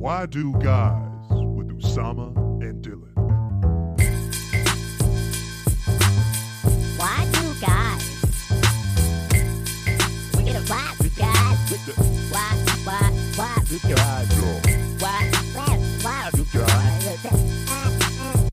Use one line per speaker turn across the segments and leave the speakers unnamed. Why Do Guys with Usama and Dylan.
Why do guys? We're gonna why do guys?
With the
Why, why, why,
with your eyes go.
why, why, why,
With your eyes.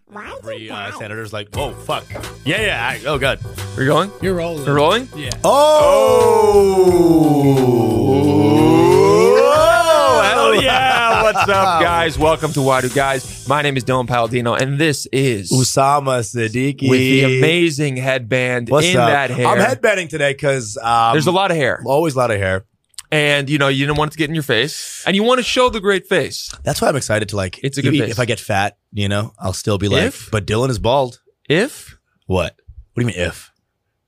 why do
Every uh, senator's like, whoa, fuck. Yeah, yeah. I, oh, God.
We're going?
You're rolling.
We're rolling?
Yeah.
Oh, hell yeah. What's up, guys? Welcome to Why Do Guys. My name is Dylan Palladino, and this is
Usama Siddiqui
with the amazing headband
What's
in
up?
that hair.
I'm headbanding today because um,
There's a lot of hair.
always a lot of hair.
And, you know, you don't want it to get in your face. And you want to show the great face.
That's why I'm excited to like.
It's a good
if,
face.
if I get fat, you know, I'll still be like.
If?
But Dylan is bald.
If?
What? What do you mean if?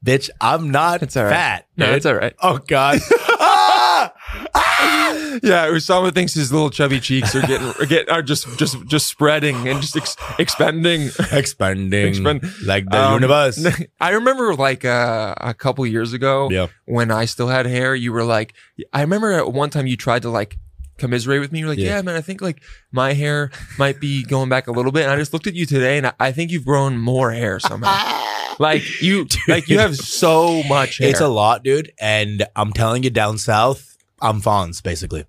Bitch, I'm not
It's all right.
fat.
No,
dude.
it's all right.
Oh God. Ah! Ah!
Yeah, Usama thinks his little chubby cheeks are getting are, get, are just just just spreading and just ex- expanding.
Expanding,
Expand-
like the
Um,
universe.
I remember like uh, a couple years ago
Yeah.
when I still had hair, you were like, I remember at one time you tried to like commiserate with me. You were like, yeah,
Yeah.
man, I think like my hair might be going back a little bit. And I just looked at you today and I, I think you've grown more hair somehow. like you, like you have so much hair.
It's a lot, dude. And I'm telling you, down south, I'm Fonz, basically.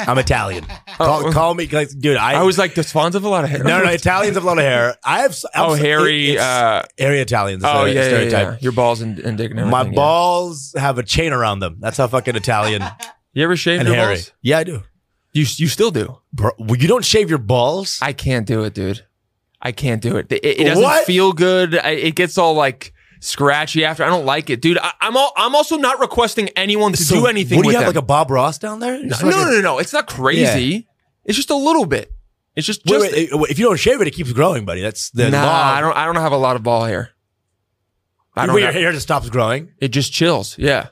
I'm Italian. Call,
Oh.
call me, like, dude. I,
I was like, does Fonz have a lot of hair?
no, no, Italians have a lot of hair. I have. i
Oh, hairy. Uh,
hairy Italians.
oh,
is a
yeah, yeah,
stereotype.
yeah. Your balls and, and dick and
My
everything, yeah.
balls have a chain around them. That's how fucking Italian
You ever shaved
and
your
hairy.
balls?
Yeah, I do.
You, you still do.
Bro, well, you don't shave your balls.
I can't do it, dude. I can't do it. It, it doesn't
What?
feel good. I, it gets all like scratchy after. I don't like it, dude. I, I'm all, I'm also not requesting anyone to
So
do anything
What do you
with
have,
them.
like a Bob Ross down there? Just
no,
fucking-
no, no, no. It's not crazy. It's just a little bit. It's just
Wait,
just.
wait, wait, if you don't shave it, it keeps growing, buddy. That's the
nah,
law.
I don't. I don't have a lot of ball hair. I don't.
Wait, your
have-
hair just stops growing.
it just chills. Yeah.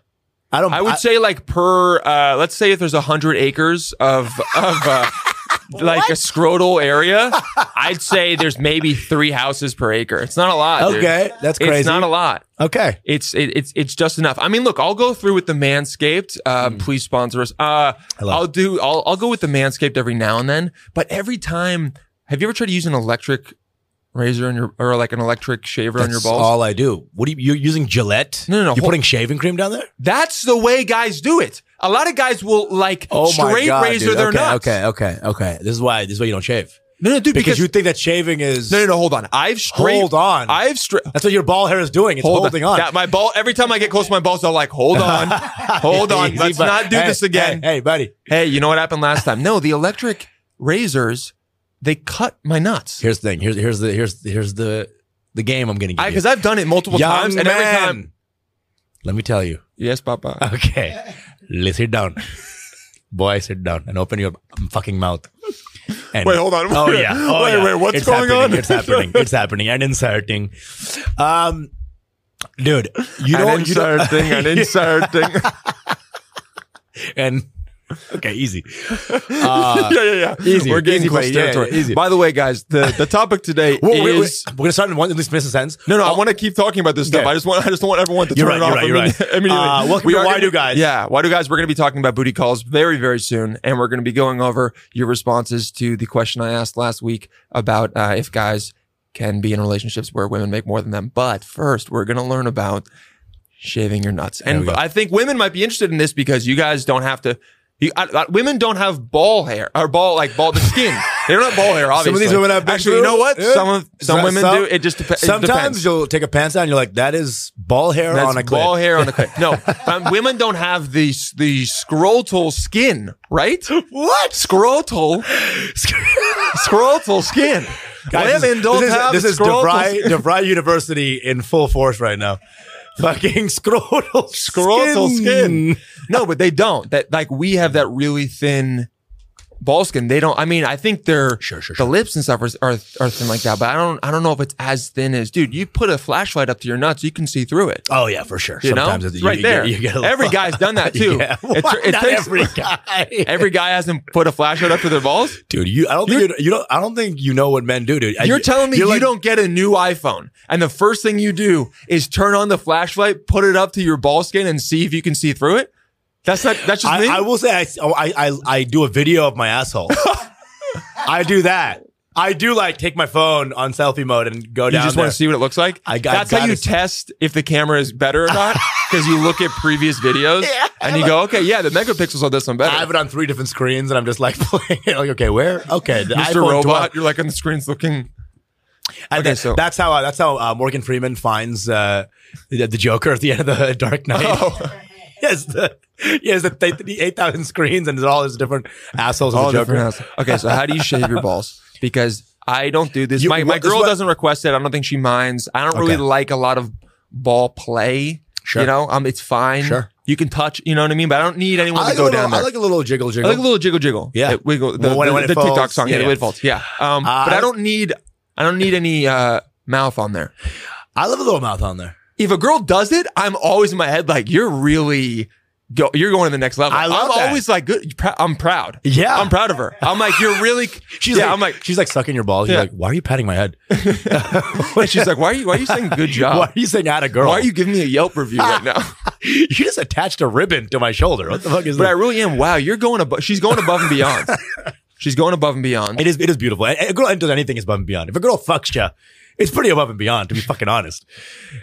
I don't.
I would say like per uh let's say if there's a hundred acres of of uh like a scrotal area, I'd say there's maybe three houses per acre. It's not a lot. dude.
Okay, that's crazy.
It's not a lot.
okay.
It's it, it's it's just enough. I mean, look, I'll go through with the Manscaped.
Hmm.
Uh, Please sponsor us. Uh,
Hello.
I'll do. I'll I'll go with the Manscaped every now and then. But every time, have you ever tried to use an electric razor on your or like an electric shaver on your
That's
balls?
all I do. What are you, you're using Gillette?
No, no, no,
You're
hold-
putting shaving cream down there?
That's the way guys do it. A lot of guys will like straight razor
Oh dude.
their
okay,
nuts.
Okay, okay, okay. This is why. This is why you don't shave
No, no, dude,
because,
because,
you think that shaving is.
no, no, no, hold on. I've straight
Hold on.
I've straight.
That's what your ball hair is doing. It's holding on.
That- my ball. Every time I get close to my balls, I'm like, hold on, hold on.
Easy,
Let's
bud.
not do
Hey,
this again.
Hey, hey, buddy.
hey, you know what happened last time? No, the electric razors, they cut my nuts.
Here's the thing. Here's here's the here's here's the the game I'm gonna give you.
Because I've done it multiple
Young
times, and every
man.
time,
Let me tell you.
yes, Papa.
Okay, let's sit down, boy. Sit down and open your fucking mouth. And
Wait, hold on.
Oh yeah. Oh,
Wait,
yeah.
wait, what's
It's
going
happening.
on?
It's happening. It's happening. And inserting. Um, dude, you
You
know
an
you don't-
insert thing, an insert thing.
and okay, easy. Uh,
yeah, yeah, yeah.
Easy,
We're getting
easy,
close
buddy. Yeah,
territory.
yeah, easy.
By the way, guys, the, the topic today
Well, wait, wait.
is
We're gonna start in one at least miss a sentence.
no, no. I want to keep talking about this stuff.
Okay.
I just want I just don't want everyone to
Oh. You're
turn
right,
it off
you're right, you're right.
immediately.
Uh, welcome
We
to
are
Why
gonna-
Do Guys.
Yeah, why do guys? We're going to be talking about booty calls very very soon, and we're going to be going over your responses to the question I asked last week about uh, if guys can be in relationships where women make more than them. But first, we're going to learn about shaving your nuts,
we
and
go.
I think women might be interested in this because you guys don't have to. You, I, I- women don't have ball hair or ball like ball the skin. They don't have ball hair.
of these
Obviously,
women have big
actually. You know
boobs,
what?
yeah.
Some of some
So-
women
some-
do. It just dep- it
Sometimes
depends.
you'll take a pants down and you're like, that is ball hair
That's
on a clip.
ball hair on the clip. No, um, women don't have the the scrotal skin, right? What scrotal? scrotal skin.
Guys,
women
this,
don't
this is,
have
this is
scrotal
DeVry,
skin.
DeVry University in full force right now. Fucking scrotal skin.
Scrotal skin. No, but they don't. That like we have that really thin Balskin, they don't. I mean, I think they're
Sure, sure,
the
sure.
lips and stuff are, are are thin like that, but I don't I don't know if it's as thin as dude. You put a flashlight up to your nuts, you can see through it.
Oh yeah, for sure.
You know?
Sometimes
It's right there. Every guy's done that, too.
yeah.
It's-
Why
it
not
takes-
every guy.
Every guy hasn't put a flashlight up to their balls.
dude, you. I don't think you're, you don't. I don't think you know what men do, dude.
You're telling me
you're
you
like-
don't get a new iPhone, and the first thing you do is turn on the flashlight, put it up to your ball skin, and see if you can see through it. That's not. That's just me.
I, I will say, I, oh, I, I, I do a video of my asshole. I do that. I do like take my phone on selfie mode and go
you
down
just
there.
want to see what it looks like.
I got-
that's how
gotta
you
see.
test if the camera is better or not because you look at previous videos and you go, okay, yeah, the megapixels on this one better.
I have it on three different screens, and I'm just like playing it. Like, okay, where? Okay, the
Mr.
iPhone 12.
Robot, you're like on the screen's looking.
And
Okay,
that-
so-
that's how uh, that's how uh, Morgan Freeman finds uh, the, the Joker at the end of the Dark Knight.
Oh.
yes, the yes, the, the, the eight thousand screens, and it's all his different assholes. of
All
the Joker.
different house. Okay, so how do you shave your balls? Because I don't do this.
You-
my,
what-
my
this
girl
what-
doesn't request it. I don't think she minds. I don't really
Okay.
like a lot of ball play.
Sure.
You know, um, it's fine.
Sure.
You can touch. You know what I mean. But I don't need anyone
I like,
to go
a little,
down there.
I like a little jiggle jiggle.
I like a little jiggle jiggle.
Yeah.
It wiggle the,
When-
the,
when it
the TikTok
falls.
song. Yeah,
Yeah,
the
yeah.
way it falls. Yeah. Um,
Uh,
but
I-
I don't need I don't need any uh, mouth on there.
I love a little mouth on there.
If a girl does it, I'm always in my head like you're really go, you're going to the next level.
I love
I'm
that.
always like good prou- I'm proud.
Yeah.
I'm proud of her. I'm like you're really
She's
yeah,
like,
I'm like
she's like sucking your balls.
Yeah.
You're like, why are you patting my head?
and she's like why are you why are you saying good
why
job?
are you saying I had a
Oh. Why,
girl?
are you giving me a Yelp review right now?
you just attached a ribbon to my shoulder? What the fuck is
but I
that?
really am. Wow, you're going above she's going above and beyond. she's going above and beyond.
it is it is beautiful. A, a girl does anything is above and beyond. If a girl fucks you, it's pretty above and beyond. To be fucking honest,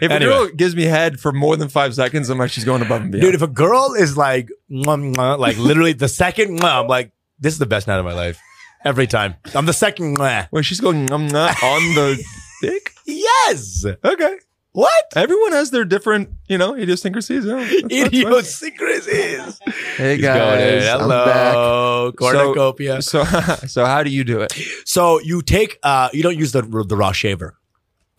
If
Anyway.
a girl gives me head for more than five seconds, I'm like she's going above and beyond.
dude. If a girl is like, mwah, mwah, like literally the second, mwah, I'm like, this is the best night of my life. Every time, I'm the second. Mwah.
Well, she's going I'm not on the dick.
Yes.
Okay.
What?
Everyone has their different, you know, idiosyncrasies. Yeah, that's- that's fine.
Idiosyncrasies.
Hey
He's going in.
guys, I'm back.
Hello, cornucopia.
So, so how do you do it?
So you take uh you don't use the the raw shaver.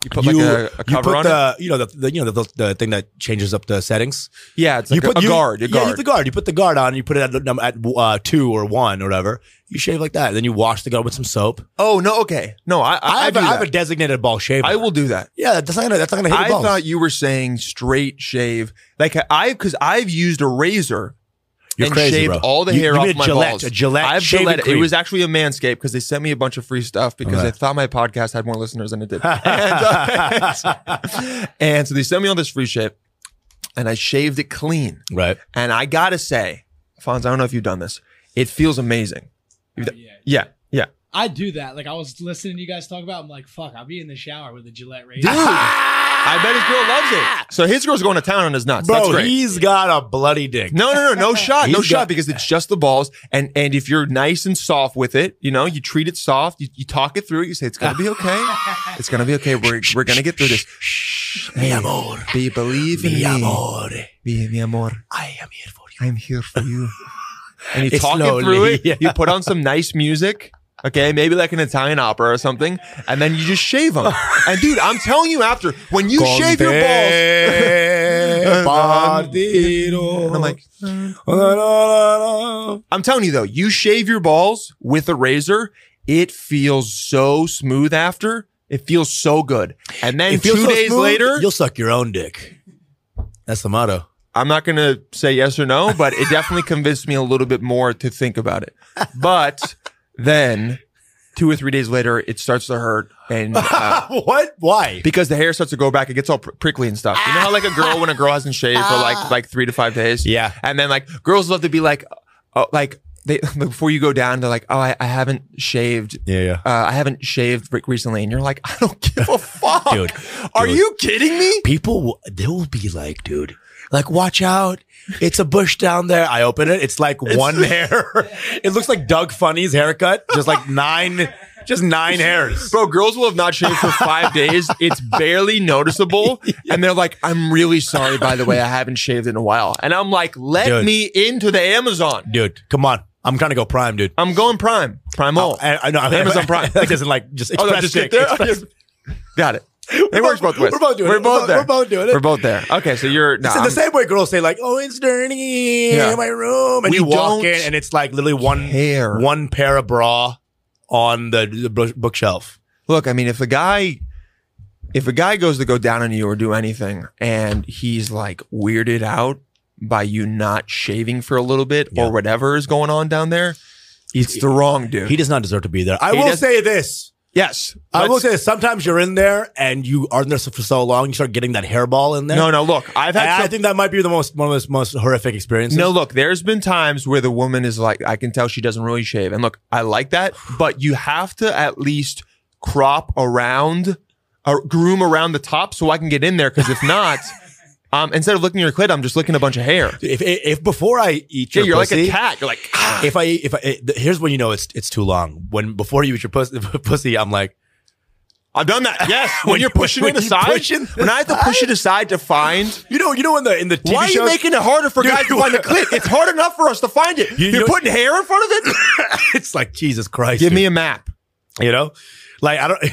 You put
you,
like a, a
you
cover
put
on it.
the you know the, the you know the, the thing that changes up the settings.
Yeah, it's
you
like a, a
you-
guard. A
Yeah, you
guard.
put the guard. You put the guard on. You put it at, the num- at uh, two or one or whatever. You shave like that. Then you wash the guard with some soap.
oh no, okay, no, I I,
I, have,
do
a, I have a
that.
designated ball shaver.
I will do that.
Yeah, that's not gonna that's not gonna hit
I
your balls.
thought you were saying straight shave, like I because I've used a razor
You're
and
crazy,
shaved
bro.
all the
You-
hair
you
off
need a
my
Gillette-
balls.
a Gillette
I've
shaving
Gillette. It
cream.
was actually a Manscaped because they sent me a bunch of free stuff because
Okay.
I thought my podcast had more listeners than it did. And, uh, And so they sent me all this free shit, and I shaved it clean.
right.
And I gotta say, Fonz, I don't know if you've done this. It feels amazing.
Oh, yeah.
Yeah, yeah.
I do that. Like I was listening to you guys talk about. it, I'm like, fuck. I'll be in the shower with a Gillette razor.
Dude, I bet his girl loves it. So his girl's going to town on his nuts. That's
Ah! Bro,
great.
he's got a bloody dick.
no, no, no, no shot,
He's
no
got-
shot, because it's just the balls. And and if you're nice and soft with it, you know, you treat it soft, you, you talk it through, you say it's gonna be okay, it's gonna be okay. We're we're gonna get through this.
Mi
Hey,
amor,
Be believe in
mi
me.
amor,
Be mi amor.
I am here for you.
I'm here for you. And you
It's
talk it through
slowly,
it.
yeah.
You put on some nice music. Okay, maybe like an Italian opera or something, and then you just shave them. And dude, I'm telling you, after when you shave your balls, and Eh, I'm like, I'm telling you though, you shave your balls with a razor, it feels so smooth after. It feels so good. And then
It
two
feels so
days
smooth,
later,
you'll suck your own dick. That's the motto.
I'm not going to say yes or no, but it definitely convinced me a little bit more to think about it. But then two or three days later, it starts to hurt and uh,
what? Why?
because the hair starts to go back, it gets all pr- prickly and stuff. You know how like a girl when a girl hasn't shaved for like like three to five days,
Ah. Yeah.
and then like girls love to be like, oh, like they before you go down, they're like, oh, I, I haven't shaved.
Yeah, yeah.
Uh, I haven't shaved re- recently, and you're like, I don't give a fuck.
Dude,
Are
dude.
you kidding me?
People, will- they will be like, dude, like, watch out. It's a bush down there. I open it. It's like one hair. it looks like Doug Funny's haircut. Just like nine, just nine hairs.
Bro, girls will have not shaved for five days. It's barely noticeable. And they're like, I'm really sorry, by the way, I haven't shaved in a while. And I'm like, let
Dude.
me into the Amazon.
Dude, come on. I'm trying to go prime, dude.
I'm going prime, primal.
I, I know.
Amazon Prime.
like, doesn't like just
Oh,
express
no, just get
dick.
there.
Express-
Got it. It works both ways.
We're both doing
We're
it.
both
we're,
there.
We're both doing it.
We're both there. Okay, so you're
It's
no,
the
I'm-
same way girls say like, "Oh, it's dirty
Yeah.
in my room," and
We
you walk
don't
in, and it's like literally one
care.
one pair of bra on the, the bu- bookshelf.
Look, I mean, if a guy, if a guy goes to go down on you or do anything, and he's like weirded out by you not shaving for a little bit
Yeah.
or whatever is going on down there, it's the wrong dude.
He does not deserve to be there. I
He
will
does-
say this.
yes,
I will
let's-
say this. Sometimes you're in there and you are in there for so long, you start getting that hairball in there.
No, no. Look, I've
And
had.
I
some-
think that might be the most one of the most horrific experiences.
no, look. There's been times where the woman is like, I can tell she doesn't really shave, and look, I like that, but you have to at least crop around, or groom around the top so I can get in there. Because if not, um, instead of looking at your clit, I'm just looking at a bunch of hair.
if, if if before I eat
Yeah,
your
you're like a
pussy-
cat. You're like. "Ah."
if I if I eh, th- here's when you know it's it's too long. When before you eat your pussy, pussy I'm like
I've done that. Yes, when,
When
you're
you-
pushing
when
it
you
aside,
push it
when I have to push it aside to find.
you know you know in the in the TV
why are you
shows-
making it harder for
Dude,
guys to
you-
find the clit? It's hard enough for us to find it.
You-
You, are
you-
putting hair in front of it.
it's like Jesus Christ.
Give
dude.
me a map.
You know, like I don't.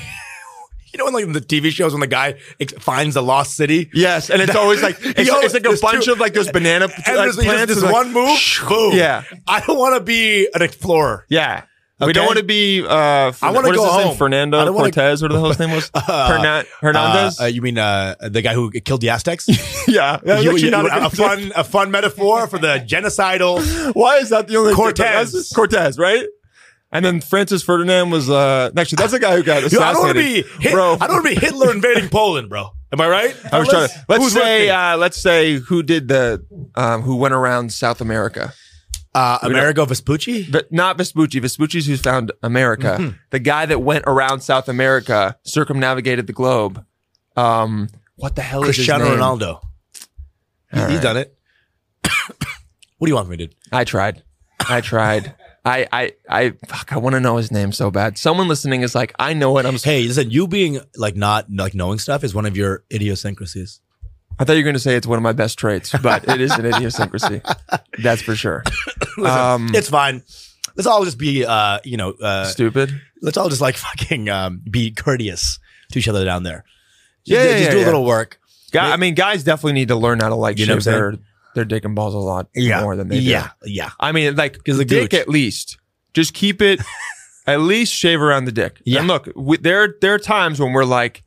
You know, in like the TV shows when the guy ex- finds the lost city.
Yes, and it's always like it's,
Yo,
it's like a
there's
bunch
two-
of like those banana
And
like,
there's, like,
plants.
there's
It's like-
one move. boom.
Yeah.
I don't want to be an explorer.
Yeah. We
Okay.
don't want to be. Uh, Fern-
wanna
what is
go
his name?
home.
Fernando
I don't wanna-
Cortez, what the hell's name was? Hernan- Hernandez.
Uh, uh, you mean uh, the guy who killed the Aztecs?
yeah, That was
You-
actually
you-
not a
a,
good-
fun, a fun metaphor for the genocidal.
Why is that the only
Cortez.
That's- Cortez, right? And then Francis Ferdinand was uh actually that's the guy who got
Dude, I don't want to
assassinated.
be. Hit,
bro.
I don't want to be Hitler invading Poland, bro. Am I right?
I was trying to let's
Who's
say
with me?
uh, let's say who did the um, who went around South America,
uh, Amerigo Vespucci.
but not Vespucci. Vespucci's who found America.
Mm-hmm.
The guy that went around South America, circumnavigated the globe. Um, what the hell
Cristiano
is his name?
Ronaldo. He-
All
He's
right.
done it. what do you want from me, dude?
I tried. I tried. I I I fuck. I want to know his name so bad. Someone listening is like, I know it. I'm. s-
Hey, listen, you being like not like knowing stuff is one of your idiosyncrasies.
I thought you were going to say it's one of my best traits, but it is an idiosyncrasy. That's for sure. Um,
it's fine. Let's all just be, uh, you know, uh,
stupid.
let's all just like fucking um, be courteous to each other down there.
Yeah,
just,
yeah,
just
yeah,
do a
yeah.
little work.
Guy, I mean, guys definitely need to learn how to like
You know
shave
what I'm
their their dick and balls a lot more than they do.
yeah, yeah,
I mean, like
'Cause the
dick
gooch.
at least. Just keep it. at least shave around the dick.
Yeah.
And look, we, there there are times when we're like,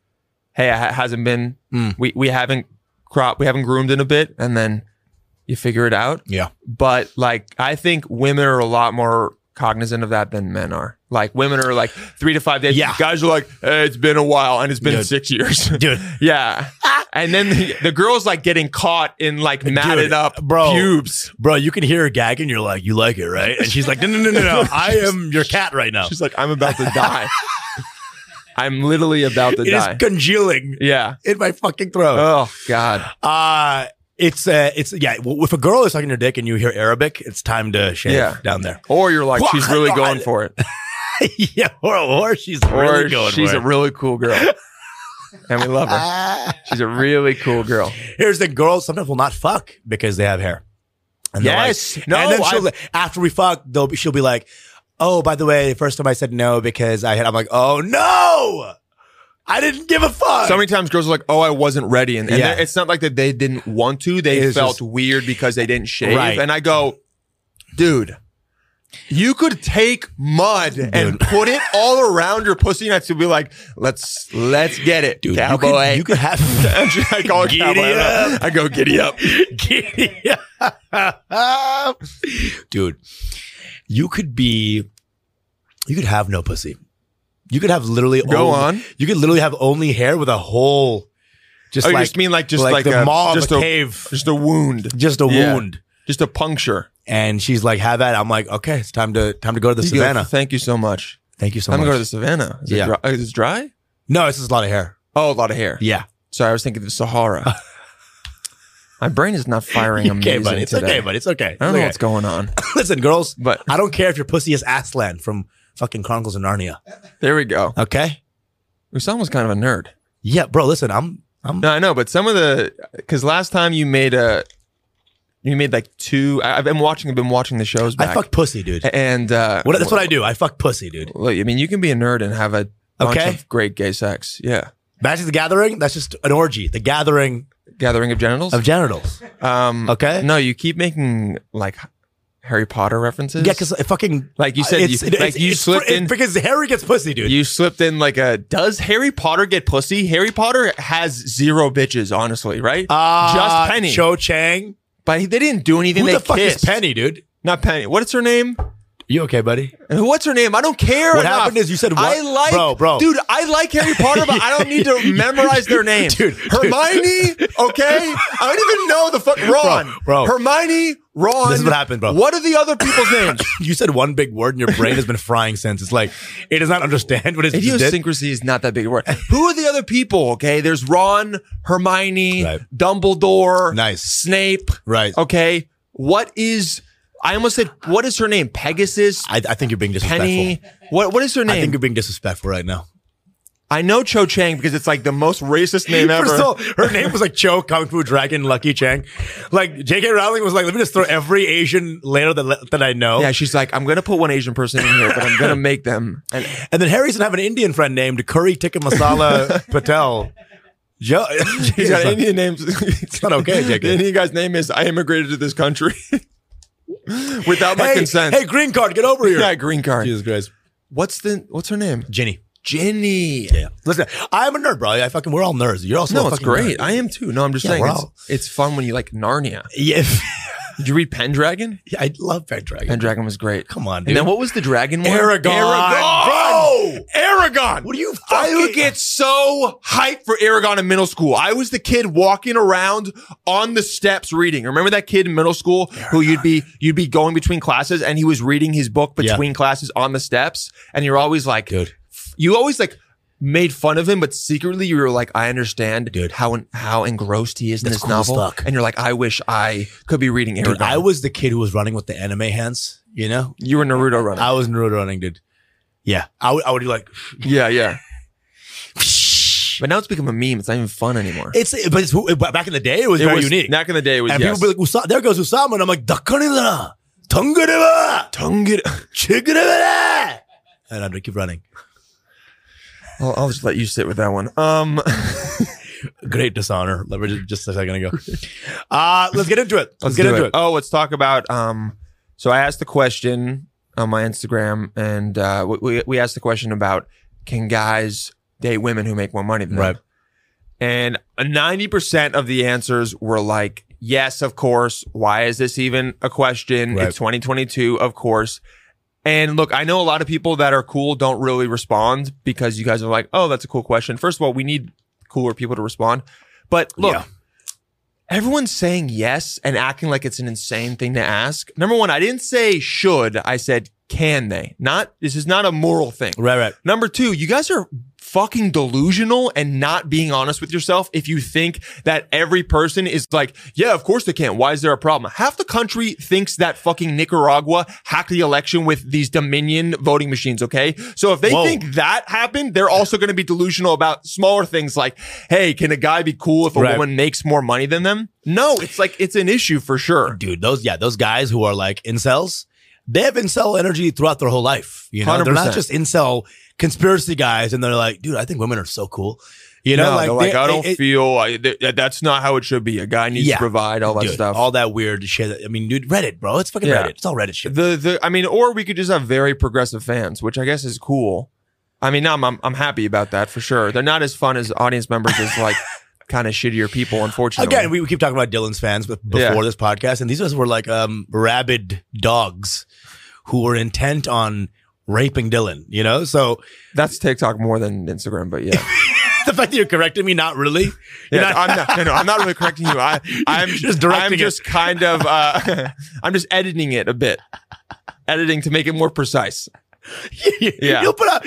hey, it ha- hasn't been.
Mm.
We we haven't crop. We haven't groomed in a bit, and then you figure it out.
yeah.
But like, I think women are a lot more cognizant of that than men are. Like, women are like three to five days.
Yeah.
Guys are like, eh, it's been a while, and it's been
Dude.
six years.
Dude,
Yeah. and then the, the girl's like getting caught in like matted up
bro.
pubes.
bro, you can hear her gag and you're like, you like it, right? And she's like, no, no, no, no, no. I am your cat right now.
She's like, I'm about to die. I'm literally about to
It is
die.
congealing
yeah.
in my fucking throat.
Oh God.
Uh it's uh, it's yeah. w- If a girl is sucking your dick and you hear Arabic, it's time to shave
Yeah.
down there.
Or you're like, she's really going for it.
yeah, or, or she's
Or
really going
she's
for
a
it.
really cool girl. And we love her.
Ah.
She's a really cool girl.
Here's the girls sometimes will not fuck because they have hair. And they're
Yes. No,
and then
I-
she'll, after we fuck, they'll be, she'll be like, "Oh, by the way, the first time I said no because I had," I'm like, "Oh no, I didn't give a fuck."
So many times girls are like, "Oh, I wasn't ready," and, and
Yeah.
they're- it's not like that they didn't want to; they
It's
felt
just-
weird because they didn't shave.
Right.
And I go, dude, you could take mud and
Dude.
put it all around your pussy, and I'd still be like, "Let's let's get it,
Dude, you
cowboy."
could, you could have
I call it
Giddy
"Oh, cowboy.
up.
I go giddy up.
Dude, you could be, you could have no pussy. You could have literally
Go
only-
on.
You could literally have only hair with a hole, just
Oh, you
like
just mean like just like,
like, the
a,
maw
just
of a,
a
cave,
just a wound,
just a
Yeah.
wound.
just a puncture.
And she's like, "Have at." it." I'm like, "Okay, it's time to time to go to the
You go,
savannah."
Thank you so much.
Thank you so
I'm
much.
gonna go to the savannah. Is
Yeah.
it dry? Is it dry?
no, it's just a lot of hair.
Oh, a lot of hair.
Yeah,
Sorry, I was thinking of the Sahara. My brain is not firing
okay,
amazing
buddy. It's
today.
okay, buddy. It's okay.
I don't know
It's
what's going on,
okay. Listen, girls,
but
I don't care if your pussy is Aslan from fucking Chronicles of Narnia.
there we go.
Okay.
Usam was kind of a nerd.
Yeah, bro. Listen, I'm I'm
No, I know, but some of the because last time you made a, you made like two. I, I've been watching. I've been watching the shows back.
I fuck pussy, dude.
and uh,
What, that's what I do. I fuck pussy, dude.
Look, I mean, you can be a nerd and have a bunch
Okay.
of great gay sex. Yeah,
Magic the Gathering, that's just an orgy. The gathering
Gathering of genitals.
of genitals.
um,
Okay.
No, you keep making like Harry Potter references.
Yeah, because fucking
Like you said, you- like you slipped
fr-
in-
because Harry gets pussy, dude.
you slipped in like a. Does Harry Potter get pussy? Harry Potter has zero bitches, honestly, right?
Uh,
Just Penny.
Cho Chang.
but they didn't do anything.
Who
they
the fuck
kissed.
is Penny, dude?
Not Penny. What's her name?
You okay, buddy?
And What's her name? I don't care.
What
enough.
happened is you said what?
I like,
Bro, bro.
dude. I like Harry Potter, but I don't need to memorize their names.
Dude, dude.
Hermione. Okay, I don't even know the fuck Ron.
bro.
Hermione. Ron.
This is what happened, bro.
What are the other people's names?
You said one big word and your brain has been frying since. It's like it does not understand what it's just did.
Idiosyncrasy is not that big a word. Who are the other people? Okay, there's Ron, Hermione,
Right.
Dumbledore,
Nice.
Snape.
Right.
Okay, what is? I almost said what is her name? Pegasus,
I, I think you're being disrespectful.
Penny. What what is her name?
I think you're being disrespectful right now.
I know Cho Chang because it's like the most racist name ever.
First of all, her name was like Cho Kung Fu Dragon Lucky Chang. Like J.K. Rowling was like, let me just throw every Asian layer that that I know.
yeah, she's like, I'm gonna put one Asian person in here, but I'm gonna make them. And
And then Harry's gonna have an Indian friend named Curry Tikka Masala Patel. Jo-
he's got Indian names. it's
not okay, JK.
The Indian guy's name is I immigrated to this country without my
hey,
consent.
Hey, green card, get over here.
yeah, green card.
Jesus Christ,
What's the what's her name?
Ginny.
Ginny.
Yeah, listen, I'm a nerd, bro. I fucking we're all nerds. You're also
No,
a
it's
fucking
great.
nerd.
I am too. No, I'm just
Yeah,
saying
we're
it's,
all-
it's fun when you like Narnia.
Yeah,
Did you read Pendragon?
yeah, I love Red Dragon.
Pendragon was great.
Come on, dude.
And then what was the dragon one?
Aragon, bro.
Aragon.
What are you
I
fucking?
would get so hyped for Aragon in middle school. I was the kid walking around on the steps reading. Remember that kid in middle school who you'd be you'd be going between classes and he was reading his book
Yeah.
between classes on the steps, and you're always like,
Dude.
you always like made fun of him, but secretly you were like, I understand,
Dude.
how how engrossed he is in
That's
this
cool as
novel,
fuck.
and you're like, I wish I could be reading Aragon.
Dude, I was the kid who was running with the anime hands. You know,
you were Naruto running.
I was Naruto running, dude. Yeah, I would. I would be like,
yeah, yeah. But now it's become a meme. It's not even fun anymore.
it's but it's but back in the day it was very unique.
Back in the day, it was
and
yes.
people be like, Usa- there goes Usama. And I'm like, Dakanidara, Tungareva, Chigareva. And I'm going to keep running.
I'll, I'll just let you sit with that one. Um,
Great dishonor. Let me just, just a second ago. Uh, let's get into it. Let's, get
do
into it.
Oh, let's talk about. Um, so I asked the question on my Instagram, and uh, we- we we asked the question about can guys date women who make more money than them?
Right.
And ninety percent of the answers were like, yes, of course. Why is this even a question?
Right.
It's twenty twenty two, of course. And look, I know a lot of people that are cool don't really respond because you guys are like, oh, that's a cool question. First of all, we need cooler people to respond. But look,
Yeah.
everyone's saying yes and acting like it's an insane thing to ask. Number one, I didn't say should, I said can they? Not this is not a moral thing.
Right, right.
Number two, you guys are fucking delusional and not being honest with yourself if you think that every person is like, yeah, of course they can. Why is there a problem? Half the country thinks that fucking Nicaragua hacked the election with these Dominion voting machines, okay? So if they
Whoa.
think that happened, they're also going to be delusional about smaller things like, hey, can a guy be cool if a
Right.
woman makes more money than them? No, it's like, it's an issue for sure.
Dude, those, yeah, those guys who are like incels, they have incel energy throughout their whole life. You know, they are not
100%.
just incel conspiracy guys. And they're like, dude, I think women are so cool. You know,
No,
like,
they're
they-
I don't
it-
feel I, th- that's not how it should be. A guy needs
Yeah.
to provide all that
dude,
stuff.
All that weird shit. I mean, dude, Reddit, bro. It's fucking
Yeah.
Reddit. It's all Reddit shit.
The the I mean, or we could just have very progressive fans, which I guess is cool. I mean, I'm I'm, I'm happy about that for sure. They're not as fun as audience members as like kind of shittier people, unfortunately.
Again, we, we keep talking about Dylan's fans but before
Yeah.
this podcast, and these guys were like um, rabid dogs who were intent on raping Dylan, you know? So
that's TikTok more than Instagram, but yeah,
the fact that you're correcting me, not really.
yeah. I'm not, no, no, I'm not really correcting you. I I'm
Just directing
I'm
it.
just kind of uh, I'm just editing it a bit, editing to make it more precise. Yeah.
You'll put out,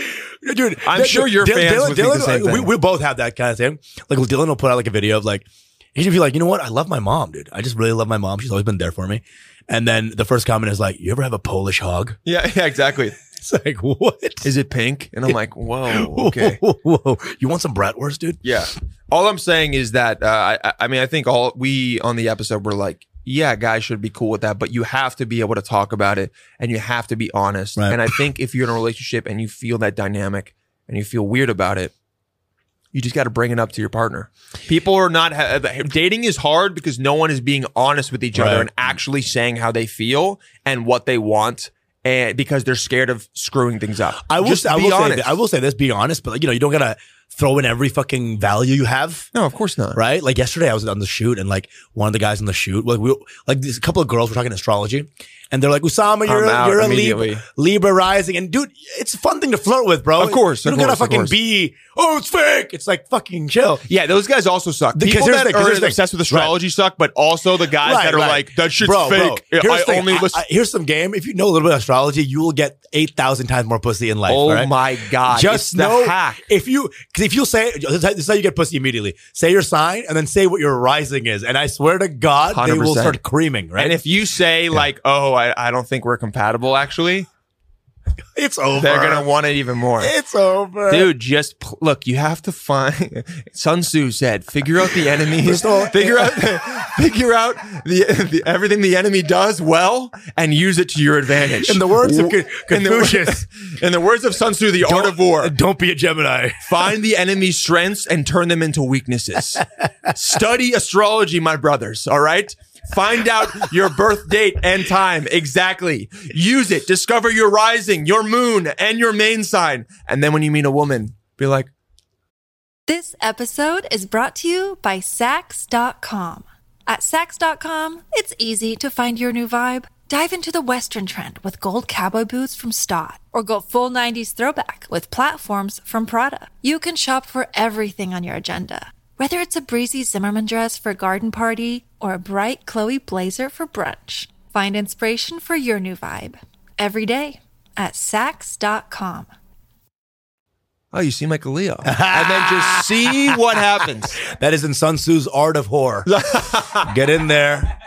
dude.
I'm
that-
sure your
Dylan-
fans
Dylan,
would think the same
we,
thing.
we both have that kind of thing. Like, Dylan will put out like a video of like, he'd be like, you know what? I love my mom, dude. I just really love my mom. She's always been there for me. And then the first comment is like, you ever have a Polish hog?
Yeah, yeah, exactly.
It's like, what?
Is it pink? And I'm like, whoa, okay.
Whoa, whoa, whoa. You want some bratwurst, dude?
Yeah. All I'm saying is that uh, I, I mean, I think all we on the episode were like, yeah, guys should be cool with that, but you have to be able to talk about it and you have to be honest.
Right.
And I think if you're in a relationship and you feel that dynamic and you feel weird about it, You just got to bring it up to your partner. People are not ha- dating is hard because no one is being honest with each other
Right.
and actually saying how they feel and what they want, and because they're scared of screwing things up.
I will.
Just
say, I
be
will say.
honest.
This, I will say this. Be honest, but like, you know, you don't gotta throw in every fucking value you have.
No, of course not.
Right? Like yesterday, I was on the shoot, and like one of the guys on the shoot, like we, like these, a couple of girls were talking astrology, and they're like, "Usama, you're
I'm
a,
out
you're a
immediately.
Libra, Libra rising," and dude, it's a fun thing to flirt with, bro.
Of course,
you
of
don't gotta
course, of
fucking
course.
be. Oh, it's fake. It's like fucking chill.
Yeah, those guys also suck.
Because
People
here's
that
the thing, 'cause
are
here's the thing.
obsessed with astrology suck, but also the guys
Right,
that are
right.
like that shit's
Bro, bro,
fake.
Here's
I
the thing.
only
I-
listen.
I- here's some game. If you know a little bit of astrology, you will get eight thousand times more pussy in life.
oh
all right?
my god! it's
Just know
the hack.
if you because if you say this is how you get pussy immediately. Say your sign and then say what your rising is, and I swear to God, they will
100%.
start creaming. Right?
And if you say like, "Oh, I, I don't think we're compatible," actually,
it's over,
they're gonna want it even more.
It's over,
Dude, just pl- look. You have to find. Sun Tzu said, "Figure out the enemies.
First of all-
figure out, figure out the, the everything the enemy does well, and use it to your advantage."
In the words of
W-
Con-
in the wor-
Confucius.
in the words of Sun Tzu, the art of war.
Don't be a Gemini.
Find the enemy's strengths and turn them into weaknesses. Study astrology, my brothers, all right? Find out your birth date and time exactly. Use it. Discover your rising, your moon, and your main sign. And then when you meet a woman, be like,
This episode is brought to you by Sax.com. At Sax.com, it's easy to find your new vibe. Dive into the Western trend with gold cowboy boots from Stott, or go full 90s throwback with platforms from Prada. You can shop for everything on your agenda, whether it's a breezy Zimmerman dress for a garden party or a bright Chloe blazer for brunch. Find inspiration for your new vibe every day at Sax.com.
oh, you seem like a Leo. and then just see what happens.
That is in Sun Tzu's Art of Whore. Get in there.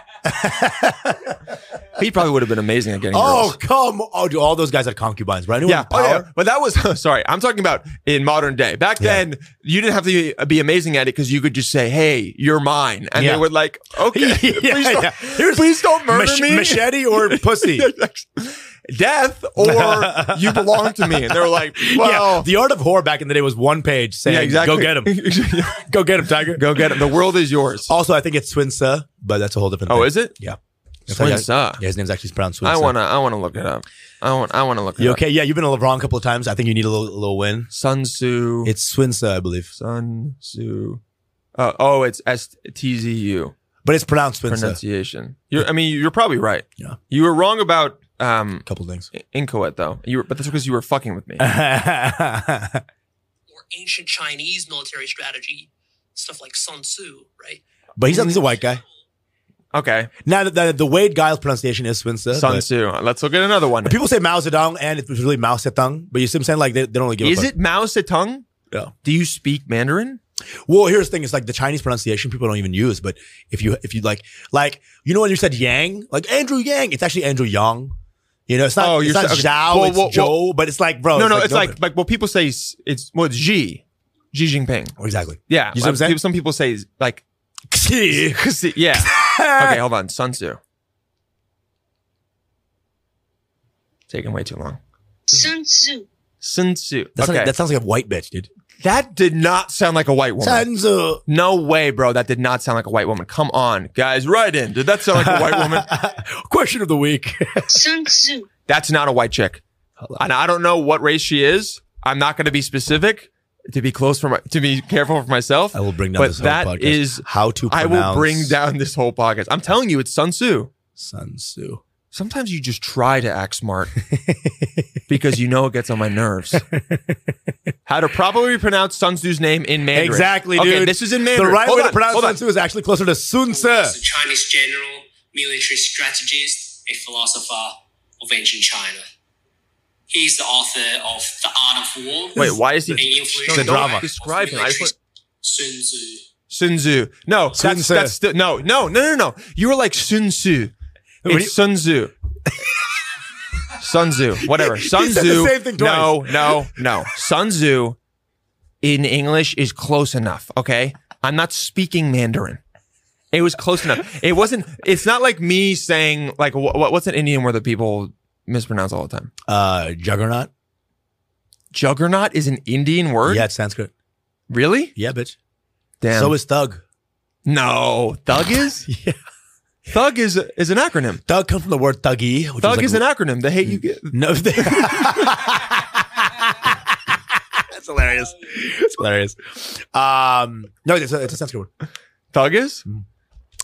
He probably would have been amazing at getting girls.
Oh come! Oh, do all those guys had concubines, right? Anyone
Yeah,
with
oh, yeah.
power?
But that was sorry. I'm talking about in modern day. Back
Yeah.
then, you didn't have to be, be amazing at it because you could just say, "Hey, you're mine," and
Yeah.
they would like, "Okay, please, don't,
yeah. Here's-
please don't murder
Mach-
me,
Machete or pussy?
death, or you belong to me." And they were like,
yeah,
"Well,
the art of whore back in the day was one page saying,
yeah, exactly.
"Go get him,
him,
go get him, tiger."
go get him. The world is yours."
Also, I think it's Swinsa, but that's a whole different.
Oh,
thing.
is it?
Yeah,
Swinsa.
Yeah, his name's actually pronounced Swinsa.
I wanna, I wanna look it up. I want, I wanna look it
You
up.
okay? Yeah, you've been wrong a couple of times. I think you need a little, little win.
Sun Tzu.
It's Swinsa, I believe,
Sun Tzu. Uh, oh, it's S T Z U.
but it's pronounced Swinsa.
pronunciation. You're, I mean, you're probably right.
Yeah.
You were wrong about um,
A couple of things.
Incoet, though. You were, but that's because you were fucking with me.
or ancient Chinese military strategy, stuff like Sun Tzu, right?
but he's not, he's a white guy.
Okay.
Now that the, the Wade Giles pronunciation is Swinsa.
Sun
but-
Tzu. Let's look at another one.
but People say Mao Zedong, and it was really Mao Zedong. But you see what I'm saying? Like they, they don't really give. a
Is
fuck.
it Mao Zedong?
Yeah.
Do you speak Mandarin?
Well, here's the thing: it's like the Chinese pronunciation people don't even use. But if you if you like like you know when you said Yang, like Andrew Yang, it's actually Andrew Yang. You know, it's not
Oh,
it's
you're
not
sa- okay.
Zhao,
Well,
it's
well,
Joe, but Oh, it's like bro.
no, no. It's like,
no-
like, well, people say s- it's well, it's Xi, Xi Jinping.
Oh, exactly.
Yeah.
You see what I'm
Some
saying?
people- some people say like,
Xi.
yeah. okay, hold on. Sun Tzu. Taking way too long.
Sun Tzu.
Sun Tzu.
That, sounds
okay.
like, that sounds like a white bitch, dude. uh,
that did not sound like a white woman.
Sanzu.
No way, bro. That did not sound like a white woman. Come on, guys, right in. Did that sound like a white woman?
Question of the week.
Sun Tzu.
That's not a white chick. And I don't know what race she is. I'm not going to be specific to be close for my, to be careful for myself.
I will bring down
but
this whole
that
podcast.
is-
how to
I
pronounce
will bring down this whole podcast. I'm telling you, it's Sun Tzu.
Sanzu.
Sometimes you just try to act smart because you know it gets on my nerves. How to properly pronounce Sun Tzu's name in Mandarin?
Exactly,
okay,
dude.
This is in
The
Mandarin.
right
Hold
way to
on,
pronounce
hold on.
Sanzu is actually closer to
He's a
Sunse.
Chinese general, military strategist, a philosopher of ancient China. He's the author of The Art of War.
Wait, why is he?
An
No,
influential
don't
drama.
Describe him. I just want-
Sun Tzu.
Sun Tzu. No,
Sun
that's
Tzu.
that's the, no, no, no, no, no. You were like Sun Tzu.
What
It's Sun Tzu. Sun Tzu. Whatever.
He
Sun
said the
Tzu.
same thing
No, no, no. Sun Tzu in English is close enough. Okay, I'm not speaking Mandarin. It was close enough. It wasn't. It's not like me saying like what, what's an Indian word that people mispronounce all the time.
Uh, juggernaut.
Juggernaut is an Indian word.
Yeah, it's Sanskrit.
Really?
Yeah, bitch.
Damn.
So is Thug.
no thug is
Yeah.
thug is is an acronym.
Thug comes from the word thuggy. Which
Thug
like-
is an acronym. The hate you get.
No. they- That's hilarious. It's hilarious. Um, no, it's a, it's a Sanskrit word.
Thug is.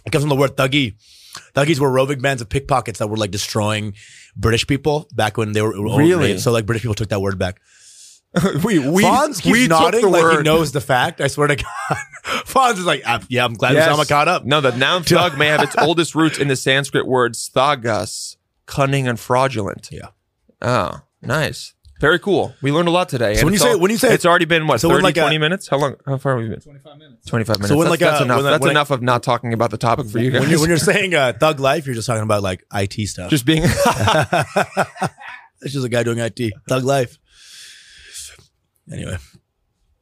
It comes from the word thuggy. Thuggies were roving bands of pickpockets that were like destroying British people back when they were
Really?
overrated. So like British people took that word back.
we we
Fonz keeps
we took
nodding
the
like
word.
he knows the fact. I swear to God, Fonz is like, "Ah, yeah, I'm glad
Yes.
Osama caught up.
No, the noun thug may have its oldest roots in the Sanskrit words thagas, cunning and fraudulent.
Yeah.
Oh, nice. Very cool. We learned a lot today.
So
and
when you
it's
say-
all-
when you say-
it's already been what
so when
30,
like a-
20 minutes. How long? How far have we been?
25 minutes.
25 minutes.
So when
that's,
like
that's
a-
enough.
when a-
that's
when a-
enough of not talking about the topic for you guys.
When you're, when you're saying uh, thug life, you're just talking about like IT stuff.
just being
It's just a guy doing IT. Thug life. Anyway,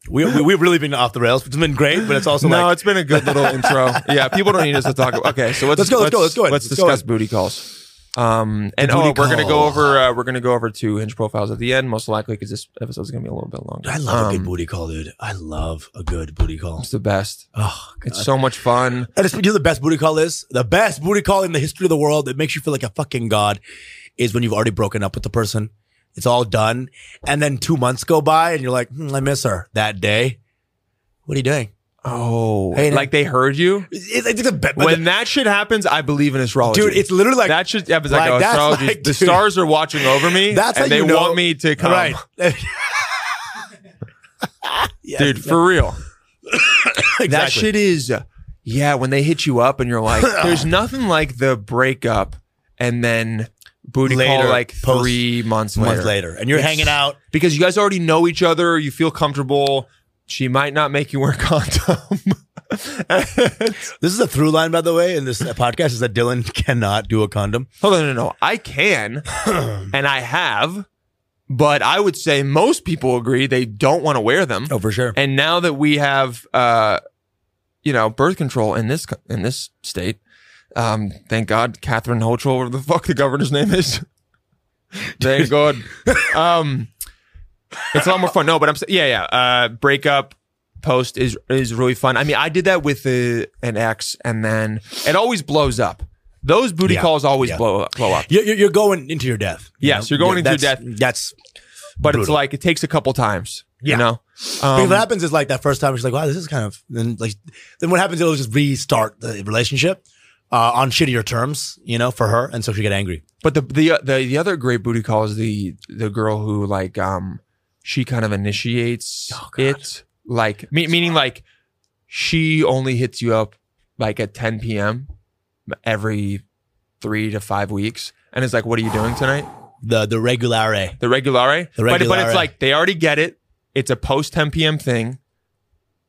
we, we we've really been off the rails. It's been great, but it's also
no,
like
it's been a good little intro. Yeah, people don't need us to talk. About, okay, so let's,
Let's go, let's go, let's go ahead,
Let's,
let's go
discuss
ahead.
booty calls. Um, and
The
oh,
booty
we're gonna go
call.
over uh, we're gonna go over two hinge profiles at the end, most likely because this episode's gonna be a little bit longer.
I love a
Um,
good booty call, dude. I love a good booty call.
It's the best.
Oh, God.
It's so much fun.
And it's, you know, the best booty call is the best booty call in the history of the world that makes you feel like a fucking god is when you've already broken up with the person. It's all done, and then two months go by, and you're like, hmm, I miss her that day. What are you doing?
Oh,
Hey,
like they heard you.
It's, it's, it's a be-
When that shit happens, I believe in astrology,
dude, it's literally like
that shit happens. I
like,
go
that's
astrology.
like,
the
dude.
stars are watching over me.
That's
and
how
they
you know-
want me to come.
right, Yes,
dude, for real.
exactly.
That shit is, yeah, when they hit you up and you're like, there's nothing like the breakup and then booty call
Later,
like
post-
three months later.
months later, and you're
It's-
hanging out.
Because you guys already know each other, you feel comfortable. She might not make you wear a condom.
This is a through line, by the way, in this uh, podcast is that Dylan cannot do a condom. Oh,
Hold on, no, no. I can and I have, but I would say most people agree they don't want to wear them.
Oh, for sure.
And now that we have, uh, you know, birth control in this co- in this state, um, thank God, Catherine Hochul, whatever the fuck the governor's name is. thank God. Um, it's a lot more fun. No, but I'm s- yeah, yeah. Uh, breakup post is is really fun. I mean, I did that with uh an ex, and then it always blows up. Those booty
Yeah,
calls always
yeah.
blow up, blow up.
You're, you're- you're going into your death. you
Yes, you're going into your
that's- That's
But it's
Brutal.
like it takes a couple times.
Yeah.
You know. Um,
because what happens is like that first time she's like, wow, this is kind of then like then what happens? It'll just restart the relationship uh, on shittier terms, you know, for her, and so she get angry.
But the the the the other great booty call is the the girl who like um she kind of initiates
Oh,
it like me, meaning like she only hits you up like at 10 p.m. every three to five weeks and it's like what are you doing tonight
The the regulare.
the regulare
The
But, but it's
regulare.
like they already get it it's a post 10 p.m. thing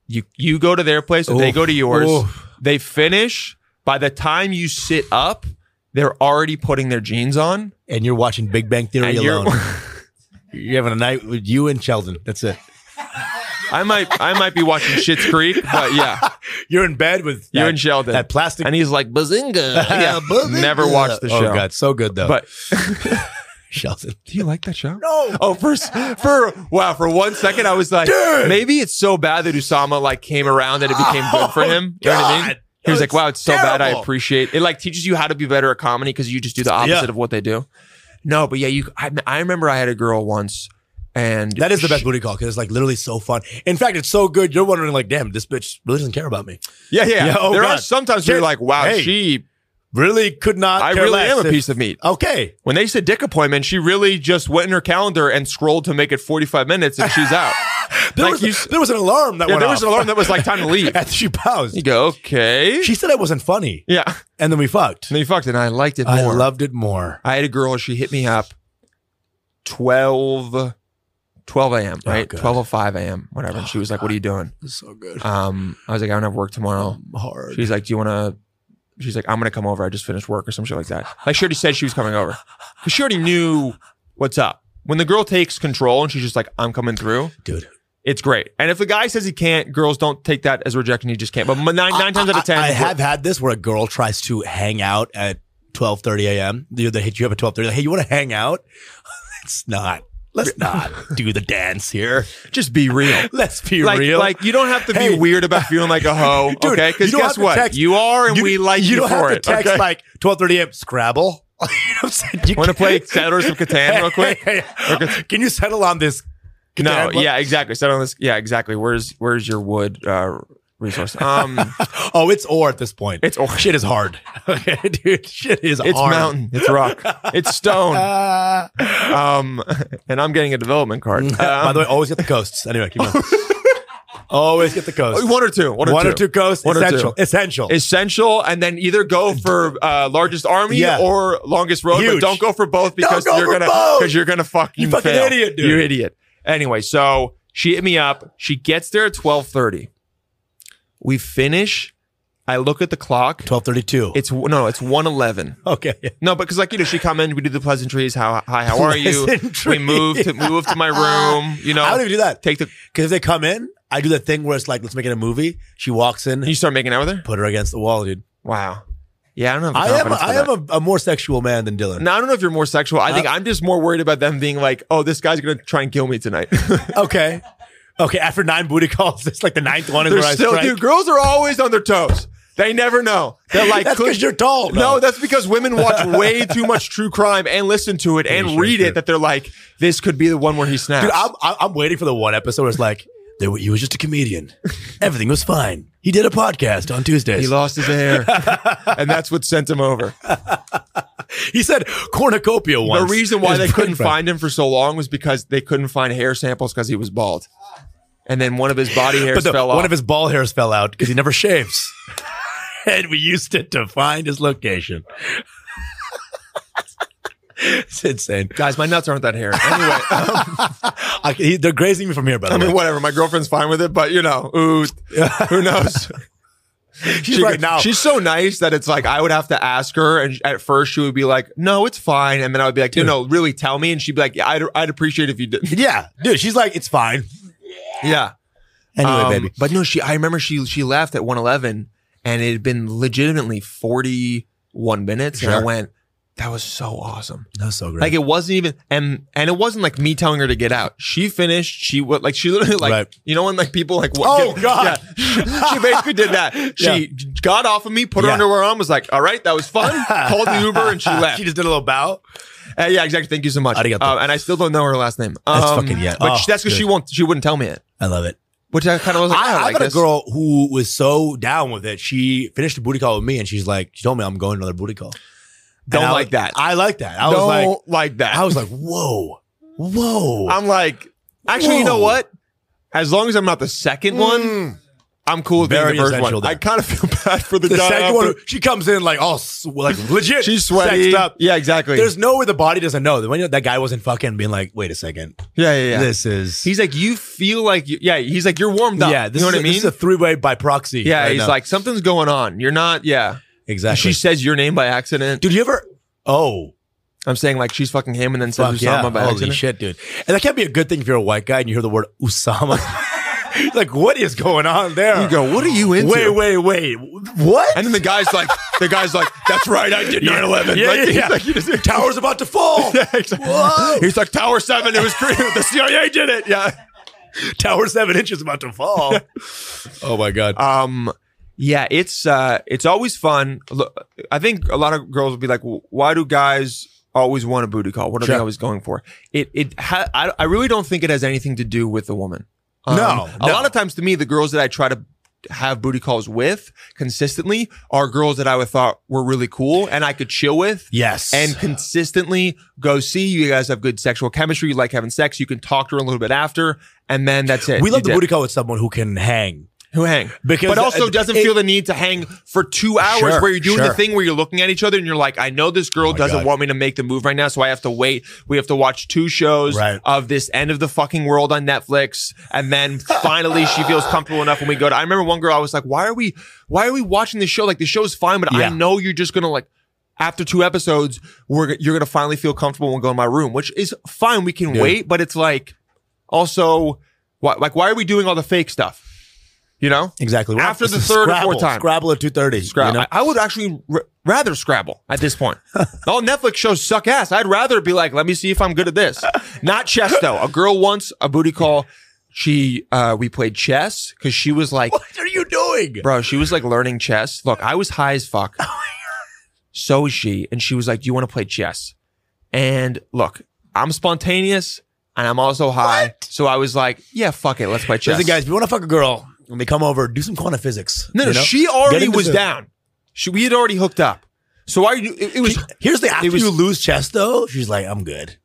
you you go to their place and they
Oof.
go to yours
Oof.
they finish by the time you sit up they're already putting their jeans on
and you're watching Big Bang Theory
And you're-
alone. You're having a night with you and Sheldon. That's it.
I might I might be watching Shit's Creek, but yeah,
You're in bed with
you
that-
and Sheldon.
that plastic.
and he's like bazinga.
Uh,
Yeah,
Bazinga.
never watched the show.
Oh god, so good though.
But
Sheldon.
do you like that show?
No.
Oh, for s- for wow, for one second I was like, maybe it's so bad that Usama like came around that it became good for him. You know what I mean?
Oh, God.
He was
That
like,
was
wow, it's so bad. I
terrible.
appreciate it. Like teaches you how to be better at comedy because you just do the opposite
Yeah.
of what they do. No, but yeah, you. I, I remember I had a girl once, and
That is the best
she-
booty call because it's like literally so fun. In fact, it's so good. You're wondering like, damn, this bitch really doesn't care about me.
Yeah, yeah.
Yeah, oh
there are
God.
sometimes where you're like, wow,
Hey.
she.
Really could not.
I
care
really
less
am a
if-
piece of meat.
Okay,
When they said dick appointment, she really just went in her calendar and scrolled to make it 45 minutes and she's out.
there,
Like
was,
you s-
there was an alarm that
yeah,
went
there was an
off.
alarm that was like time to leave.
And she
You
paused.
go, okay.
She said I wasn't funny,
yeah.
and then we fucked.
And he fucked it and I liked it more.
I loved it more.
I had a girl, she hit me up 12, 12 a.m.,
Oh,
right?
God.
12 or 5 a.m., whatever. and she was like, what are you doing?
It's so good.
Um, I was like, I don't have work tomorrow.
Hard.
She's like, do you want to? She's like, I'm going to come over. I just finished work or some shit like that. Like she already said she was coming over. 'Cause she already knew what's up. When the girl takes control and she's just like, I'm coming through.
dude.
It's great. And if the guy says he can't, girls don't take that as rejection. He just can't. But nine, nine times out of ten,
I, I have had this where a girl tries to hang out at 12:30 a.m. They, they hit you up at 12:30. Like, hey, you want to hang out? it's not. Let's not.
do the dance here.
Just be real.
Let's be
like,
real. Oh,
like you don't have to be
Hey.
weird about feeling like a hoe,
Dude,
okay? Because
you don't
guess
have to
what,
text-
you are, and we like you,
don't
for
have
it.
to text
okay?
like 12:30 a.m. Scrabble. you know what I'm saying? You
Want to
can-
play Settlers of Catan real quick?
Hey, hey, Can you settle on this?
no,
Catan book?
yeah, exactly. Settle on this. Yeah, exactly. Where's Where's your wood uh, resource? Um,
Oh, it's or at this point.
It's or.
Shit is hard. okay, dude. Shit is
it's
hard.
mountain. It's rock. It's stone.
Uh,
Um, and I'm getting a development card.
by
Um,
the way, always get the coasts. Anyway, keep going. always get the coast.
Oh, one or two. One or
One
two.
coasts.
One or two.
essential. Essential.
essential and then either go for uh, largest army
Yeah.
or longest road but
Huge.
don't go for both because
go
you're
for
gonna
both.
because you're gonna fucking
You fucking
fail.
idiot, dude.
you idiot anyway so she hit me up she gets there at 12.30 we finish i look at the clock
12:32.
it's no it's 1.11
okay. yeah.
no, but because like you know, she come in, we do the pleasantries. How hi, how are you? We
Pleasantries.
move to we move to my room. You know,
I don't even do that.
take the.
Because if they come in, I do that thing where it's like, let's make it a movie. She walks in,
You start making out with her.
put her against the wall, dude.
Wow. Yeah, I don't have. the
I am,
confidence for
I am
that.
Uh, a, a more sexual man than Dylan.
Now, I don't know if you're more sexual. I think I'm just more worried about them being like, oh, this guy's going to try and kill me tonight.
Okay. Okay. After nine booty calls, it's like the ninth one is
They're
where
still,
I strike.
dude, girls are always on their toes. They never know. They're like,
That's 'cause you're tall,
No,
though.
that's because women watch way too much true crime and listen to it and
sure,
read
sure.
it that they're like, this could be the one where he snaps.
Dude, I'm, I'm I'm waiting for the one episode where it's like, they were, he was just a comedian. Everything was fine. He did a podcast on Tuesdays.
he
He,
lost his hair. and that's what sent him over.
said cornucopia once.
The reason why
His
they couldn't
boyfriend.
find him for so long was because they couldn't find hair samples because he was bald. And then one of his body hairs
but the,
fell
one
off.
of his ball hairs fell out because he never shaves. and we used it to find his location. it's insane.
Guys, my nuts aren't that hairy. Anyway.
I, he, they're grazing me from here, by the
I mean,
way.
whatever. My girlfriend's fine with it, but you know, ooh, who knows?
She's
She-
right now.
She's so nice that it's like I would have to ask her, and at first she would be like, "No, it's fine," and then I would be like, "No, no, really, tell me," and she'd be like, yeah, "I'd, I'd appreciate if you did."
yeah, dude. She's like, it's fine.
yeah.
Anyway,
Um,
baby.
But no, she. I remember she she left at one eleven, and it had been legitimately forty one minutes, and I
Sure.
went, "That was so awesome."
That was so great.
Like it wasn't even and and it wasn't like me telling her to get out. She finished. She was like she literally like
Right.
you know when like people like what,
Oh, God.
Yeah. she basically did that. She got off of me, put her
Yeah.
under her arm, was like, all right, that was fun. Called the Uber and she left.
just did a little bow.
Uh, yeah, exactly. Thank you so much.
Arigato.
Um, and I still don't know her last name. Um,
That's fucking- yeah.
But
Oh,
she- that's because she
good.
won't. She wouldn't tell me it.
I love it.
Which I kind of was like, I,
I,
don't
I
like
got
this.
a girl who was so down with it. She finished a booty call with me, and she's like, she told me I'm going to another booty call. And
Don't
I was-
like that.
I like that. I was
don't
like,
like, that.
I was like, whoa, whoa.
I'm like, actually, you know
Whoa.
what? As long as I'm not the second one, I'm cool with being
Very
the first one.
essential there.
I kind of feel bad for the,
the
guy
second
after-
one, she comes in like all s- like legit.
She's sweaty.
sexed up.
Yeah, exactly.
There's no way the body doesn't know. When you- that guy wasn't fucking being like, wait a second,
yeah, yeah, yeah.
this is
he's like, you feel like, you, yeah. He's like, you're warmed up.
yeah. This
you know
is
what
a,
I mean?
This is a three way by proxy.
yeah,
right
he's
now.
like, something's going on. You're not. Yeah,
exactly.
she says your name by accident.
Dude, you ever? Oh,
I'm saying like she's fucking him, and then says
Fuck
Usama
yeah.
by
Holy
accident.
shit, dude. And that can't be a good thing if you're a white guy and you hear the word Usama. like, what is going on there?
You go, what are you into?
wait, wait, wait. What?
And then the guy's like, the guy's like, that's right, I did 9 11.
Yeah,
like,
yeah,
he's
yeah.
like, you just-
Tower's about to fall.
Yeah, exactly.
Whoa.
He's like, Tower 7, it was crazy. The CIA did it. Yeah.
Tower seven inches about to fall. oh my god.
Um, yeah, it's uh, it's always fun. Look, I think a lot of girls will be like, "Well, "Why do guys always want a booty call? What are
Sure.
they always going for?" It it ha- I I really don't think it has anything to do with the woman. Um,
No,
a
no.
lot of times to me, the girls that I try to have booty calls with consistently are girls that I would thought were really cool and I could chill with.
yes.
And consistently go see you guys have good sexual chemistry. You like having sex. You can talk to her a little bit after, and then that's it.
we
You
love the
did.
booty call with someone who can hang.
Who hang?
Because-
but also
uh,
doesn't
it-
feel the need to hang for two hours
Sure,
where you're doing the
sure. Oh
thing where you're looking at each other and you're like, I know this girl
my
doesn't
God.
want me to make the move right now, so I have to wait. We have to watch two shows
Right.
of this end of the fucking world on Netflix, and then finally she feels comfortable enough when we go to. I remember one girl, I was like, Why are we? Why are we watching this show? Like the show's fine, but I
Yeah.
know you're just gonna like. After two episodes, we're you're gonna finally feel comfortable when go in my room, which is fine. We can
Dude.
wait, but it's like also, why, like, why are we doing all the fake stuff? You know,
Exactly. We're not-
After the
this is
third or
Scrabble.
fourth time.
Scrabble at two thirty.
Scrabble. I, I would actually r- rather Scrabble at this point. All Netflix shows suck ass. I'd rather be like, let me see if I'm good at this. Not chess though. A girl once a booty call. She uh, we played chess because she was like,
What are you doing?
bro, she was like learning chess. Look, I was high as fuck. so was she, and she was like, do you want to play chess? And look, I'm spontaneous. And I'm also high, so I was like, "Yeah, fuck it, let's play chess."
Listen, guys, if you want to fuck a girl when they come over, do some quantum physics.
No, no,
you know?
she already
into
was
the-
down. She, we had already hooked up. So I, it, it was.
Here's the after
was-
you lose chess though, she's like, I'm good.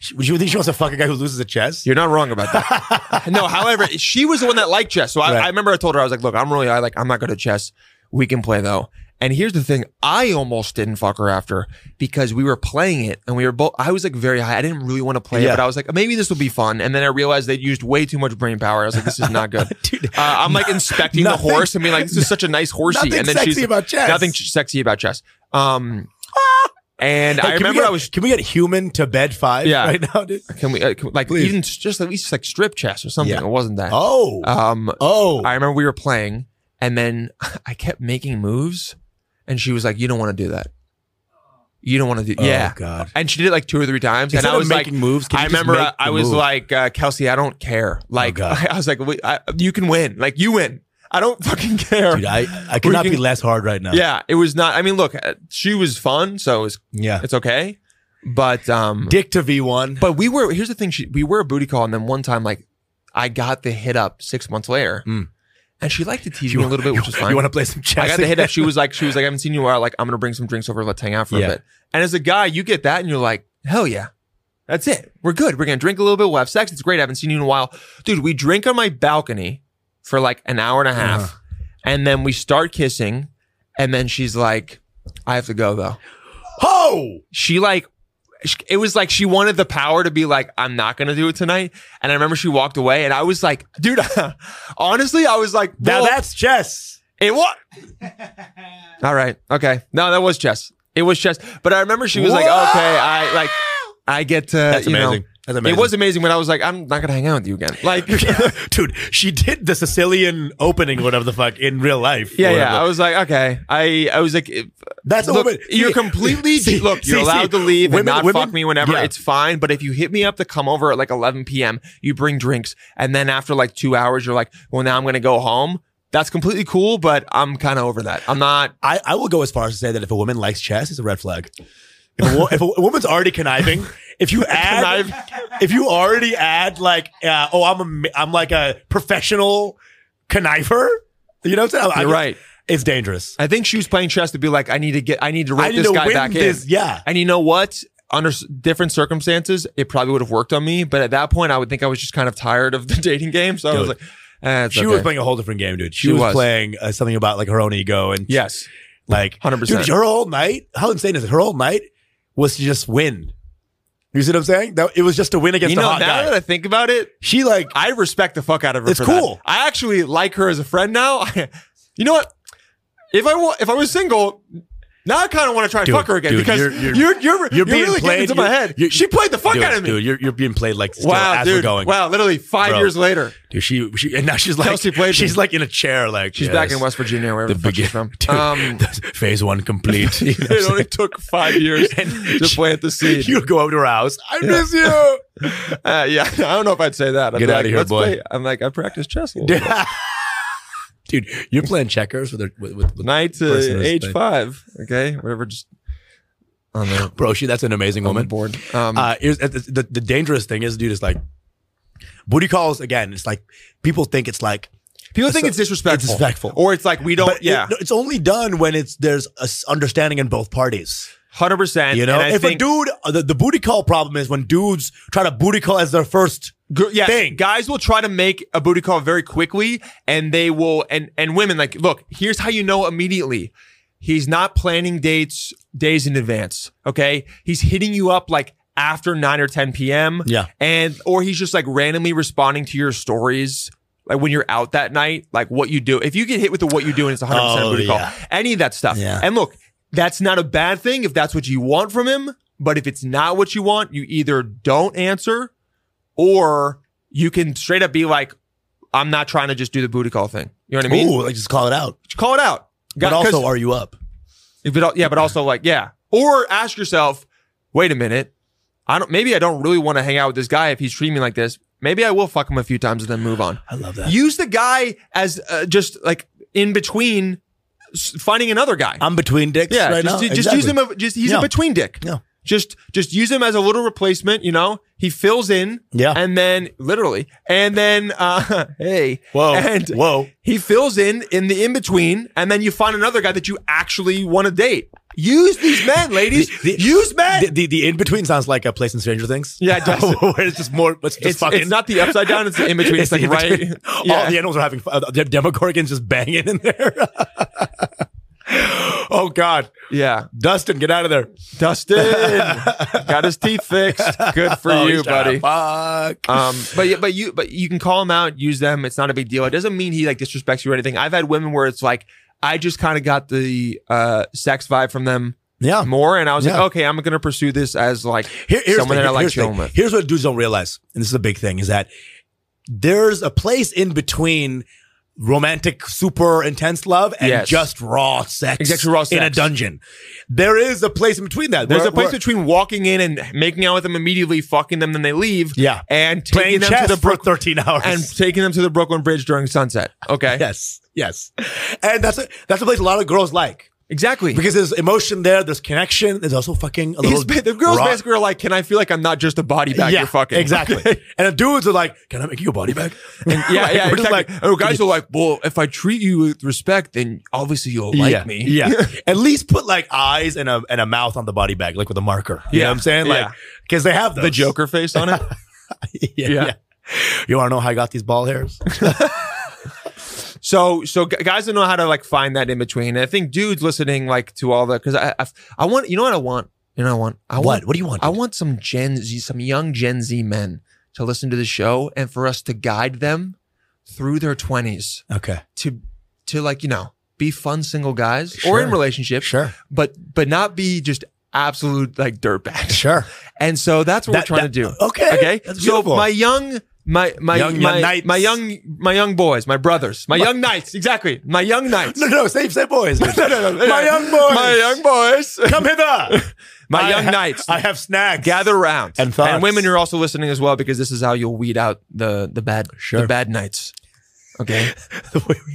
She, would you think she wants to fuck a guy who loses a chess?
you're not wrong about that. no, however, she was the one that liked chess. So I,
Right.
I remember I told her I was like, "Look, I'm really, I like, I'm not good at chess. We can play though." And here's the thing: I almost didn't fuck her after because we were playing it, and we were both. I was like very high. I didn't really want to play it,
Yeah.
but I was like, maybe this will be fun. And then I realized they used way too much brain power. I was like, this is not good.
Dude,
uh, I'm like inspecting
nothing-
the horse and being like, this is such a nice horsey.
nothing
and then
sexy
she's
about chess. Ah!
Nothing sexy about chess. Um, and
Hey,
I
can we
remember
get-
I was
Can we get human to bed five
Yeah.
right now, dude?
can we, uh, can we- like
Please.
even just at least like strip chess or something.
Yeah.
It wasn't that.
Oh,
Um,
oh,
I remember we were playing, and then I kept making moves, and she was like, "You don't want to do that. You don't want to do.
oh,
yeah."
God.
And she did it like two or three times,
Instead
and I
of
was like,
making moves, can
I
you just
remember
make
I, I
the
was
move? Oh,
like, uh, Kelsey, I don't care. Like
God.
I was like, "We- I, you can win. Like you win. I don't fucking care.
dude, I I cannot
can-
be less hard right now.
yeah, it was not. I mean, look, uh, she was fun, so it's
yeah.
it's okay. But um,
Dick to V one.
But we were here's the thing. She, we were a booty call, and then one time, like, I got the hit up six months later,
Mm.
and she liked to tease
You
me a
wa-
little bit, which
you,
was fine.
want to play some chess?
I got the hit
again?
up. She was like, she was like, I haven't seen you in a while. Like, I'm gonna bring some drinks over. Let's hang out for
Yeah.
a bit. And as a guy, you get that, and you're like, hell yeah, that's it. We're good. We're gonna drink a little bit. We'll have sex. It's great. I haven't seen you in a while, dude. We drink on my balcony for like an hour and a half,
Uh-huh.
and then we start kissing, and then she's like, I have to go though
Ho!
she like sh- it was like she wanted the power to be like i'm not gonna do it tonight and i remember she walked away and i was like dude honestly i was like
Now
well,
that's chess.
it what all right okay no that was chess it was chess but i remember she was like
Whoa!
okay i like i get to
That's
you know-
amazing. That's amazing.
it was amazing when i was like i'm not gonna hang out with you again like yeah
dude, she did the Sicilian opening, whatever the fuck, in real life.
yeah,
Whatever.
i was like okay i i was like if-
That's a
look,
woman.
you're
See-
completely
see-
look. You're
see-
allowed
see,
to leave
women-
and not
women-
fuck me whenever.
Yeah.
It's fine. But if you hit me up to come over at like 11 p.m., you bring drinks, and then after like two hours, you're like, well, now I'm gonna go home. That's completely cool, but I'm kind of over that. I'm not.
I, I will go as far as to say that if a woman likes chess, it's a red flag. If a, wo- if a woman's already conniving, if you add, if you already add like, uh, oh, I'm a, ma- I'm like a professional conniver. You know what I'm saying? I- I-
You're right.
It's dangerous.
I think she was playing chess to be like, I need to get, I need to
I
rip
need
this
to
guy
win
back
this.
in.
Yeah.
And you know what? Under s- different circumstances, it probably would have worked on me. But at that point, I would think I was just kind of tired of the dating game. So I was
Dude.
like, eh, it's
She
okay.
was playing a whole different game, dude. She,
She
was,
was.
playing uh, something about like her own ego and
Yes.
like
100%.
Dude, her whole night. How insane is it? Her whole night was to just win. You see what I'm saying? That it was just a win against
You
the
know, now
hot guy.
that I think about it,
she like
I respect the fuck out of her.
It's
for
cool.
That. I actually like her as a friend now. you know what? If I wa- if I was single, now I kind of want to try and
Dude,
fuck her again
dude,
because
you're-
you're
you're-
you're, you're,
you're
you're
being
really
played-
getting into my
you're-
head.
you're-
she played the fuck
dude,
out of me.
Dude, you're, you're being played like still
wow,
as
dude.
we're going.
Wow, literally five
Bro.
years later,
Dude, she, she and now she's like
Kelsey played
she's
me.
like in a chair, like
she's
yes,
back in West Virginia,
The
wherever the, fuck she's
beginning,
from.
dude,
Um,
phase one complete. You know what I'm
it only
saying?
took five years
And
to
she-
plant the seed.
You go over to her house. I
Yeah.
miss you.
Uh, yeah, I don't know if I'd say that. I'd
Get
be
outta
like,
here,
"Let's
boy."
play." I'm like, I practice chess. A little
Dude,
bit.
Dude, you're playing checkers with her with, with, with
Night
person
to
who's
age
playing-
five. Okay, whatever. Just on the,
bro. She that's an amazing
on the
woman.
board. Um,
Uh, here's, the, the, the dangerous thing is, dude, is like booty calls again. It's like people think it's like
People think
So-
it's disrespectful.
it's disrespectful.
Or it's like we don't
but it-
Uh, yeah.
no, it's only done when it's there's a s- understanding in both parties.
100%.
You know,
and I
if
think,
a dude, uh, the, the booty call problem is when dudes try to booty call as their first.
Gr- yeah,
thing.
guys will try to make a booty call very quickly and they will and and women like, look, here's how you know immediately. He's not planning dates days in advance, okay? He's hitting you up like after 9 or 10 p.m.
Yeah.
And or he's just like randomly responding to your stories. Like when you're out that night, like what you do. If you get hit with the what you do and it's 100%
Oh,
a booty
yeah.
call, any of that stuff.
Yeah.
And look, that's not a bad thing if that's what you want from him. But if it's not what you want, you either don't answer or you can straight up be like, I'm not trying to just do the booty call thing. You know what I mean?
Ooh, like just call it out.
Call it out.
But
Got- 'cause-
also, are you up?
If it al- yeah, but also like, yeah. Or ask yourself, wait a minute. I don't maybe I don't really want to hang out with this guy if he's treating me like this. Maybe I will fuck him a few times and then move on.
I love that.
Use the guy as uh, just like in between s- finding another guy.
I'm between dicks
yeah,
right
just,
now.
just use him.
Exactly.
a- Just he's
Yeah.
a between dick.
Yeah.
Just just use him as a little replacement. You know, he fills in.
Yeah.
And then literally, and then uh, hey,
Whoa,
and
whoa.
he fills in in the in between, and then you find another guy that you actually want to date. Use these men, ladies.
The- the-
use men.
The, the, the in between sounds like a place in Stranger Things.
Yeah, it does.
Where it's just more. It's just
it's,
fucking.
it's not the upside down. It's the in between. It's,
the
like right.
in-between. All the animals are having fun. The Demogorgon's just banging in there. oh God,
yeah.
Dustin, get out of there!
Dustin got his teeth fixed. Good for
Oh,
you,
shut
buddy.
up. Fuck.
Um, but yeah, but you but you can call him out, use them. It's not a big deal. It doesn't mean he like disrespects you or anything. I've had women where it's like I just kind of got the uh sex vibe from them
yeah.
more, and I was
Oh. Yeah.
like, okay, I'm gonna pursue this as like
Here- here's
someone
the,
that I like
here's the
chilling
thing.
with.
Here's what dudes don't realize, and this is a big thing, is that there's a place in between romantic, super intense love and
Yes.
just raw sex,
Exactly, raw
in a
sex.
dungeon. There is a place in between that.
There's
Where-
a place
where-
between walking in and making out with them immediately, fucking them, then they leave.
Yeah.
and
playing
taking them
chess
to the
for
Brook
13 hours.
and taking them to the Brooklyn Bridge during sunset. Okay,
yes, yes, and that's a, that's a place a lot of girls like.
exactly.
Because there's emotion there, there's connection. There's also fucking a little.
He's ba- the girls
raw-
basically are like, "Can I feel like I'm not just a body bag
yeah,
you're fucking?"
exactly. And the dudes are like, "Can I make you a body bag?"
And yeah, yeah,
We're just
exactly.
like,
oh, guys are like, well, if I treat you with respect, then obviously you'll like
yeah,
me.
Yeah. At least put like eyes and a and a mouth on the body bag, like with a marker. You know
Yeah.
what I'm saying? Like
Yeah.
because they have those.
The Joker face on it.
yeah,
Yeah.
yeah. You wanna know how I got these ball hairs?
So, so gu- guys don't know how to like find that in between. And I think dudes listening like to all the because I, I I want you know what I want you know what I want I
what?
want
What do you want?
I
dude?
want some Gen Z some young Gen Z men to listen to the show and for us to guide them through their twenties
okay.
to to like you know be fun single guys or
Sure.
in relationships,
Sure.
but but not be just absolute like dirtbags.
Sure.
And so that's what
That-
we're trying
that-
to do.
okay.
Okay.
That's
so
beautiful.
my young my my
Young- young
my,
knights.
my young my young boys, my brothers, my young knights, exactly. My young knights.
No, no, save save boys. no, no, no. My
Yeah.
young boys.
My young boys.
Come hither.
My
I
young
ha-
knights.
I have snacks.
Gather round.
And thoughts.
And women are also listening as well because this is how you'll weed out the the bad
Sure.
the bad nights. Okay.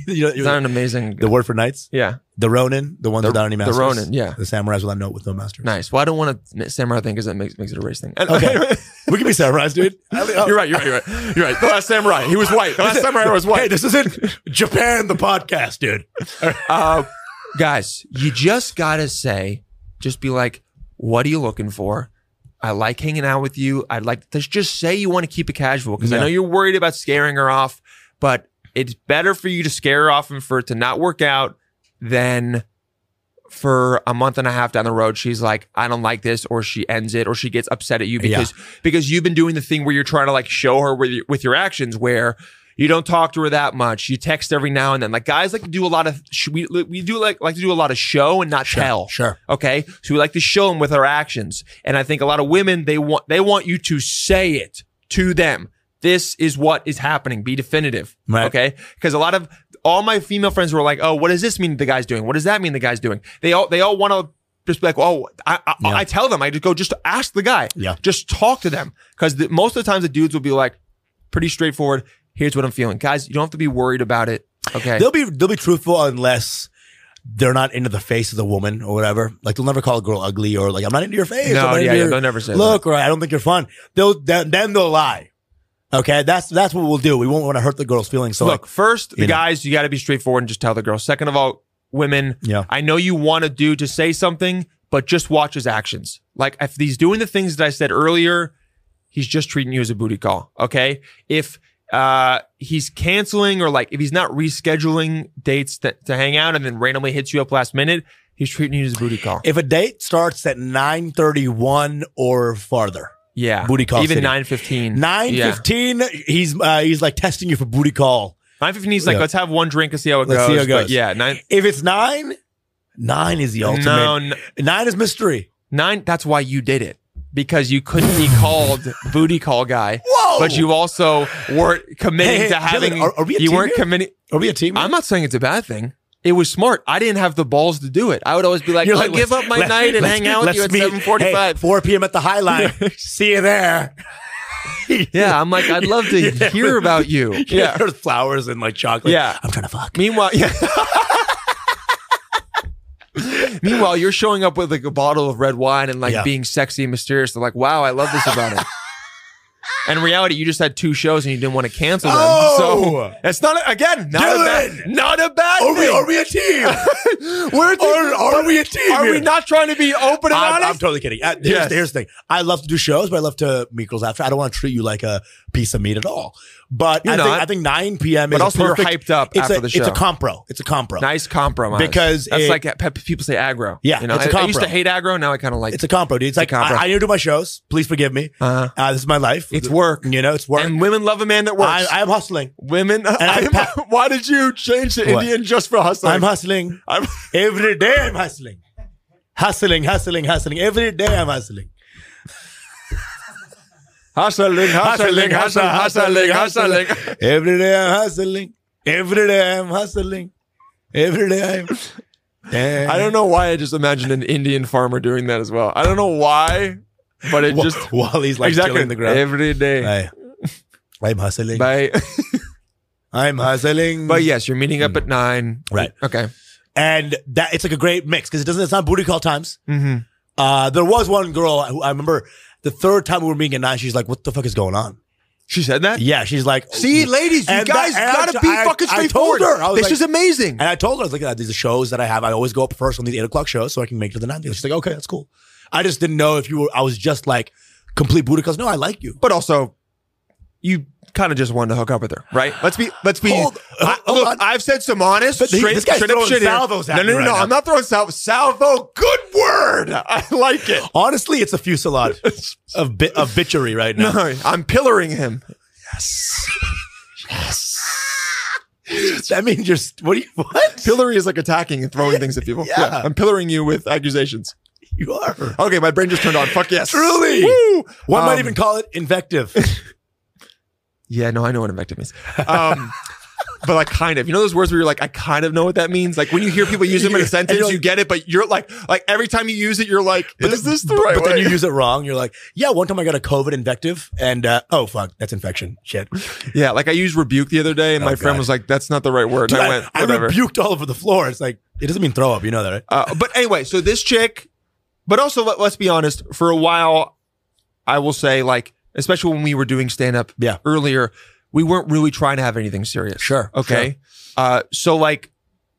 You know-
Is that an amazing
the word for knights?
Yeah.
The Ronin, the ones
The-
without any
the
masters.
Ronin, yeah.
The samurais without no with no masters.
Nice. Well, I don't want to samurai thing because that makes makes it a race thing.
Okay. we can be samurais, dude.
you're right, you're right, you're right. You're right. The last samurai. He was white. The last samurai was white.
Hey, this isn't Japan the podcast, dude.
uh, guys, you just gotta say, just be like, what are you looking for? I like hanging out with you. I'd like to just say you want to keep it casual because
Yeah.
I know you're worried about scaring her off, but it's better for you to scare her off and for it to not work out than for a month and a half down the road she's like i don't like this or she ends it or she gets upset at you because because you've been doing the thing where you're trying to like show her with your, with your actions where you don't talk to her that much you text every now and then like guys like to do a lot of sh- we, we do like like to do a lot of show and not tell
Sure.
okay so we like to show them with our actions and i think a lot of women they want they want you to say it to them this is what is happening be definitive
Right.
okay because a lot of all my female friends were like oh what does this mean the guy's doing what does that mean the guy's doing they all they all want to just be like oh i I,
Yeah.
I tell them i just go just ask the guy
Yeah.
just talk to them because the, most of the times the dudes will be like pretty straightforward here's what i'm feeling guys you don't have to be worried about it okay
They'll be they'll be truthful unless they're not into the face of the woman or whatever. Like they'll never call a girl ugly or like I'm not into your face. I'm
no
not
yeah,
into
yeah
your
they'll never say that.
look or I don't think you're fun. They'll then, then they'll lie. Okay, that's that's what we'll do. We won't want to hurt the girl's feelings. So
Look,
like,
first, the
you know.
guys, you got to be straightforward and just tell the girl. Second of all, women,
Yeah.
I know you want to do to say something, but just watch his actions. Like if he's doing the things that I said earlier, he's just treating you as a booty call. Okay, if uh he's canceling or like if he's not rescheduling dates that, to hang out and then randomly hits you up last minute, he's treating you as a booty call.
if a date starts at 9:31 or farther,
yeah,
booty call
Even
city.
nine fifteen.
9:15, he's uh, he's like testing you for booty call.
Nine fifteen. He's like,
Yeah.
let's have one drink and see how it
Let's
goes.
see how it
But
goes.
yeah, nine.
If it's nine, nine is the ultimate.
No, n-
Nine is mystery.
nine. That's why you did it. because you couldn't be called booty call guy.
Whoa!
But you also weren't committing
Hey, hey,
to
Dylan,
having.
are- are we a
you
team
weren't
here?
committing.
Are we a team?
I'm not saying it's a bad thing. It was smart. I didn't have the balls to do it. I would always be like,
You're
"I'll
like,
give
let's-
up my
let-
night and
let's-
hang out with you
let's
at
meet-
7:45."
Hey, 4 p.m. at the High Line. See you there.
yeah, I'm like, I'd love to
Yeah.
hear about you.
Yeah.
Yeah.
There's flowers and like chocolate.
Yeah.
I'm trying to fuck.
Meanwhile, yeah. Meanwhile, you're showing up with like a bottle of red wine and like
Yeah.
being sexy and mysterious. They're like, "Wow, I love this about it." And in reality, you just had two shows and you didn't want to cancel them.
Oh!
So it's not a- again not a
Dylan!
bad, not a bad
Are we,
thing.
are we a team?
We're a team.
Are, are we a team?
Are we
here?
not trying to be open and
I'm, I'm
honest?
totally kidding. Uh, here's,
Yes.
here's the thing. I love to do shows, but I love to meet girls after. I don't want to treat you like a piece of meat at all. But
You're
I think,
not.
I think 9 p.m.
But
is a
also you're
perfect-
hyped up
it's
after
a,
the
It's
show.
a compro. It's a compro.
nice compromise
Because
that's
it-
like pe- people say aggro.
Yeah,
you know,
it's a
I- I, used
compro.
to hate aggro. Now I kind of like
It's a compro, dude. It's, like
a compro.
I, I need to do my shows. Please forgive me.
Uh-huh.
Uh, this is my life.
It's work.
You know, it's work.
And women love a man that works.
I, I'm hustling.
women,
I
I'm-
pa-
why did you change to
What?
Indian just for hustling?
I'm hustling.
I'm-
Every day I'm hustling. Hustling, hustling, hustling. Every day I'm hustling.
hustling, hustling, hustling, hustling, hustling.
Every day I'm hustling. Every day I'm hustling. Every day I'm.
I don't know why I just imagined an Indian farmer doing that as well. I don't know why, but it just
Just while he's like
exactly
chilling the ground.
every day.
I, I'm hustling.
By,
I'm hustling.
but yes, you're meeting
Mm.
up at nine.
Right.
Okay.
and that it's like a great mix because it doesn't. It's not booty call times.
Mm-hmm.
Uh, there was one girl who I remember the third time we were meeting at nine. She's like, "What the fuck is going on?"
She said that.
Yeah, she's like,
See, ladies, you
And that-
guys
and I-
gotta be
I-
fucking
I told
straightforward.
her, I was
this
like-
is amazing.
And I told her, I was like, "Ah, these are shows that I have. I always go up first on these eight o'clock shows so I can make it to the nine. She's like, okay, that's cool. I just didn't know if you were, I was just like complete Buddha because no, I like you.
but also you kind of just wanted to hook up with her, right? Let's be let's be
Hold-
I,
hold
look,
on.
I've said some honest
But he-
straight,
this guy's
straight up
throwing
shit here.
salvos at
No,
me
no, no,
right
no.
now.
I'm not throwing salvo. Salvo, good word. I like it.
Honestly, it's a fusillade of, bi- of bitchery right now.
No, I'm pillaring him.
That means you're, st- what do you, what?
Pillory is like attacking and throwing things at people.
Yeah.
I'm pillaring you with accusations.
You are.
Okay, my brain just turned on. Fuck yes.
Truly.
Woo.
One might
Um,
even call it invective.
Yeah, no, I know what invective means. Um, but like kind of, you know those words where you're like, I kind of know what that means. Like when you hear people use them in a
And
sentence,
you're like-
you get it, but you're like, like every time you use it, you're like, is this the right
but then
way?
you use it wrong. You're like, yeah, one time I got a COVID invective and, uh, oh, fuck, that's infection. Shit.
yeah, like I used rebuke the other day, and
Oh,
my friend
God.
was like, that's not the right word.
Dude,
and I,
I,
went,
I
whatever.
rebuked all over the floor. It's like, it doesn't mean throw up. You know that, right?
uh, but anyway, so this chick, but also let, let's be honest, for a while, I will say like, especially when we were doing stand up
Yeah.
earlier, we weren't really trying to have anything serious.
Sure.
Okay. Uh, so like,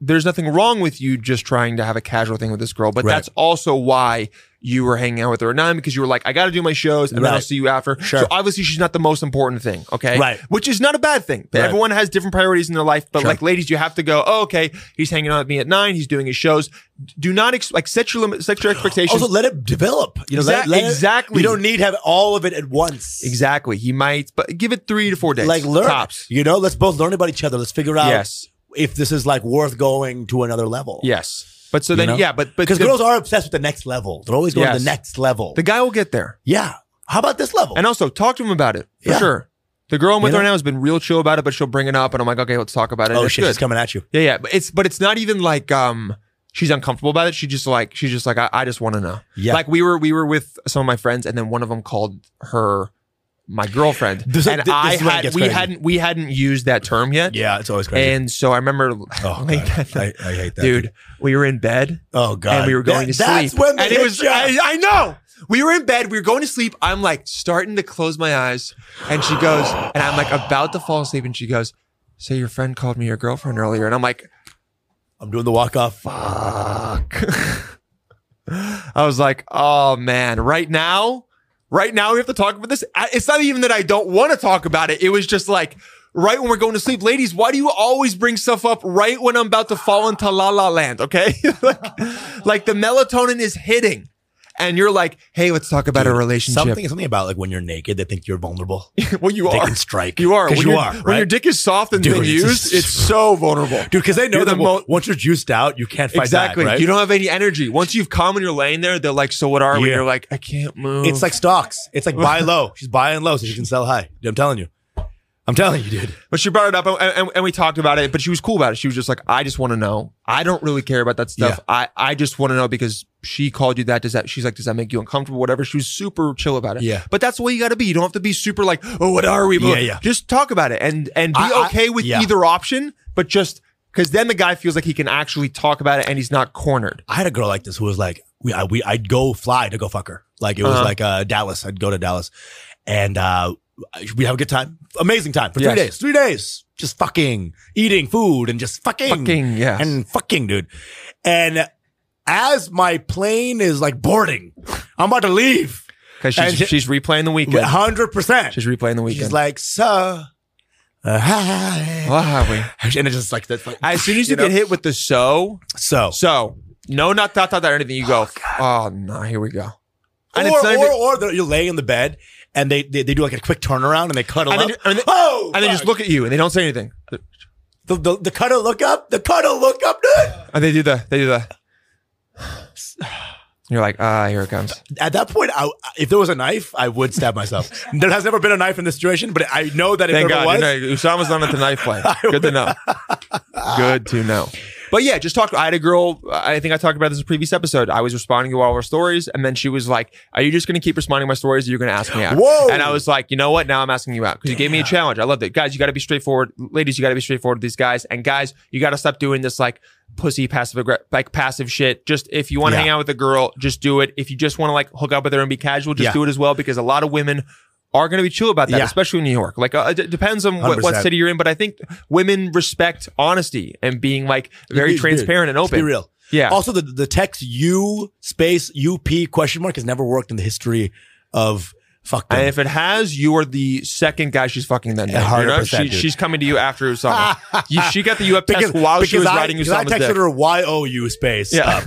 there's nothing wrong with you just trying to have a casual thing with this girl, but
Right.
that's also why you were hanging out with her at nine because you were like, I got to do my shows and then I'll
Right.
see you after.
Sure.
So obviously she's not the most important thing. Okay.
Right.
Which is not a bad thing.
Right.
Everyone has different priorities in their life, but
Sure.
like ladies, you have to go, oh, okay, he's hanging out with me at nine. He's doing his shows. Do not ex- like set your limit, set your expectations.
Also, let it develop. You know, let-
Exac-
let it-
exactly.
you don't need to have all of it at once.
exactly. He might, but give it three to four days.
Like learn.
Tops.
You know, let's both learn about each other. Let's figure out
Yes.
if this is like worth going to another level.
Yes. But so then,
know?
yeah, but, but
Because
the-
girls are obsessed with the next level. They're always going to
Yes.
the next level.
the guy will get there.
yeah. How about this level?
And also talk to him about it for
Yeah.
sure. The girl I'm
You
with
know?
right now has been real chill about it, but she'll bring it up, and I'm like, okay, let's talk about it.
oh
It's
shit,
good.
she's coming at you.
Yeah, yeah. But it's but it's not even like um she's uncomfortable about it. She just like she's just like I, I just want to know.
Yeah.
Like we were we were with some of my friends, and then one of them called her my girlfriend,
This-
and
this is
I
when it
had
gets
we
crazy.
hadn't we hadn't used that term yet.
Yeah, it's always crazy.
And so I remember,
oh,
late
God.
that
I,
night,
I hate that.
dude, we were in bed
Oh god.
and we were
That-
going to sleep.
That's when they
and it
hit
was
you.
I, I know. We were in bed, we were going to sleep. I'm like starting to close my eyes. And she goes, and I'm like about to fall asleep. And she goes, So your friend called me your girlfriend earlier. And I'm like,
I'm doing the walk off.
fuck. I was like, oh man, right now, right now we have to talk about this. I- It's not even that I don't want to talk about it. It was just like, right when we're going to sleep, ladies, why do you always bring stuff up right when I'm about to fall into la la land? Okay. like, like the melatonin is hitting. and you're like, hey, let's talk about a relationship.
Something, something about like when you're naked, they think you're vulnerable.
well, you
they
are.
can strike.
You are.
'Cause
When
you
your-
are. Right?
When your dick is soft and
Dude,
been
it's
used,
just-
it's so vulnerable.
dude, because they know
You're
that
the
well,
mo-
once you're juiced out, you can't fight
Exactly.
back. Right?
You don't have any energy. Once you've come and you're laying there, they're like, so what are we?
Yeah.
You're like, I can't move.
It's like stocks. It's like buy low. She's buying low so she can sell high. Dude, I'm telling you. I'm telling you, dude.
But she brought it up and, and, and we talked about it, but she was cool about it. She was just like, I just want to know. I don't really care about that stuff.
Yeah.
I, I just want to know because she called you that. Does that, she's like, does that make you uncomfortable? Whatever. She was super chill about it.
Yeah.
But that's the way you got to be. You don't have to be super like, oh, what are we?
Yeah, yeah.
Just talk about it and, and be
I- I-
okay with
yeah.
either option, but just because then the guy feels like he can actually talk about it and he's not cornered.
I had a girl like this who was like, we, I, we, I'd go fly to go fuck her. Like it was
Uh-huh.
like uh, Dallas. I'd go to Dallas, and uh, we have a good time, amazing time for three
Yes.
days. Three days, just fucking, eating food, and just fucking,
Fucking, yes.
and fucking, dude. And as my plane is like boarding, I'm about to leave.
Because she's,
And she-
she's replaying the weekend.
Hundred percent.
She's replaying the weekend.
She's like, so. Uh, hi."
what are we?
And it's just like that. Like,
As soon as you,
know?
get hit with the so,
so,
So no, not dot dot dot or anything. You go. Oh, no, here we go. And
or,
it's not even-
or, or they're- you're laying in the bed and they, they they do like a quick turnaround and they cuddle
And
up.
they, and they-
oh,
and they just
fuck.
look at you and they don't say anything.
the, the, the cuddle look up, the cuddle look up, dude.
And they do the they do the. You're like ah, here it comes.
At that point, I, if there was a knife, I would stab myself. there has never been a knife in this situation, but I know that if
Thank
there
God.
was,
You know, Usama's not at the knife play. Good to know. Good to know. But yeah, just talk. I had a girl. I think I talked about this in a previous episode. I was responding to all of her stories, and then she was like, "Are you just going to keep responding to my stories? Or you're going to ask me out?"
Whoa.
And I was like, "You know what? Now I'm asking you out because you gave me a challenge. I loved it, guys. You got to be straightforward. Ladies, you got to be straightforward with these guys. And guys, you got to stop doing this like." Pussy passive aggre- like passive shit. Just if you want to
Yeah.
hang out with a girl, just do it. If you just want to like hook up with her and be casual, just
Yeah.
do it as well. Because a lot of women are going to be chill about that,
Yeah.
especially in New York. Like uh, it d- depends on what, what
100%.
city you're in, but I think women respect honesty and being like very
Dude,
transparent and
let's
open.
Be real.
Yeah.
Also, the the text U space UP question mark has never worked in the history of fuck.
and
them.
if it has, you are the second guy she's fucking that day. You know?
100%,
she,
dude.
she's coming to you after Usama. You- she got the UF test while she was
I,
riding
because I
Usama's
texted
dick.
her Y O U space
Yeah.
up.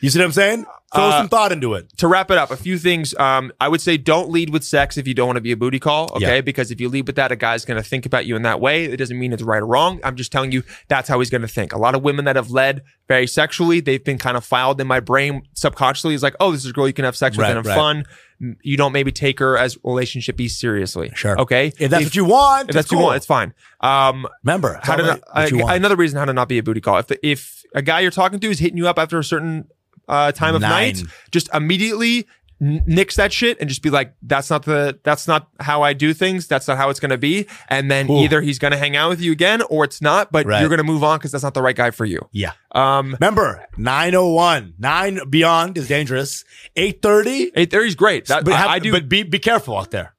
You see what I'm saying? Throw
Uh,
some thought into it.
to wrap it up, a few things. Um, I would say don't lead with sex if you don't want to be a booty call, okay?
Yeah.
Because if you lead with that, a guy's going to think about you in that way. It doesn't mean it's right or wrong. I'm just telling you that's how he's going to think. A lot of women that have led very sexually, they've been kind of filed in my brain subconsciously. Is like, oh, this is a girl you can have sex with
Right,
and have
right.
fun. M- You don't maybe take her as relationshipy seriously,
Sure.
okay?
If that's what you want,
if that's what you want, it's fine. Um,
remember
how
how
to
did
not, I,
what you want.
another reason how to not be a booty call. If the, if a guy you're talking to is hitting you up after a certain uh, time of
Nine.
night, just immediately n- nix that shit and just be like, that's not the that's not how I do things. That's not how it's gonna be. And then
Ooh.
either he's gonna hang out with you again or it's not. But
Right.
you're gonna move on because that's not the right guy for you.
Yeah.
Um,
Remember, 901, 9 beyond is dangerous. 830,
eight thirty's great. That,
but,
I,
have-
I do.
but be, be careful out there.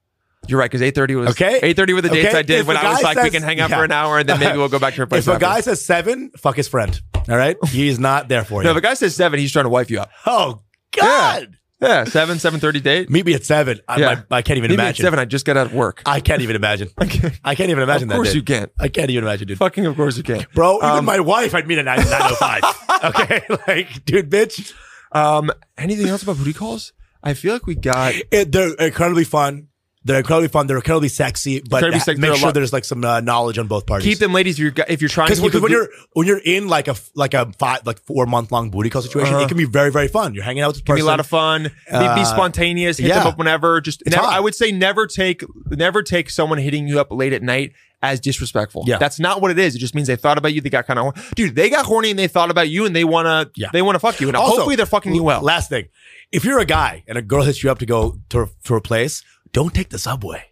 you're right because eight thirty was
Okay.
Eight thirty were the
Okay,
dates I did
if
when
a
I was
guy
like, we
says-
can hang out
yeah.
for an hour and then maybe we'll go back to your place.
If a
after.
guy says seven, fuck his friend. All right? He's not there for you.
no, if a guy says seven, he's trying to wife you up.
oh, God.
Yeah, seven, seven thirty date.
Meet me at seven. I,
Yeah.
I, I can't even
Maybe at
imagine.
seven, I just got out of work.
I can't even imagine. I can't even imagine
of course
that. dude.
you can't.
I can't even imagine, dude.
Fucking of course you can.
Bro, even
Um,
my wife, I'd meet at 9, 905. okay? Like, dude, bitch.
Um, anything else about booty calls? I feel like we got.
It, they're incredibly fun. They're incredibly fun. They're incredibly sexy, but
Incredibly
ha-
sexy. They're
make
a lot-
sure there's like some uh, knowledge on both parties.
Keep them, ladies. If you're if you're trying to
Because
keep a
when
boo-
you're when you're in like a f- like a five like four month long booty call situation,
Uh-huh.
it can be very very fun. You're hanging out with the
Can
person.
be a lot of fun. Be, be
Uh,
spontaneous. Hit them
yeah.
up whenever. Just
It's
never,
hot.
I would say never take never take someone hitting you up late at night as disrespectful.
Yeah.
that's not what it is. It just means they thought about you. They got kind of dude. They got horny and they thought about you and they wanna
Yeah.
they wanna fuck you. And
Also,
hopefully they're fucking you well.
Last thing, if you're a guy and a girl hits you up to go to to a place, don't take the subway.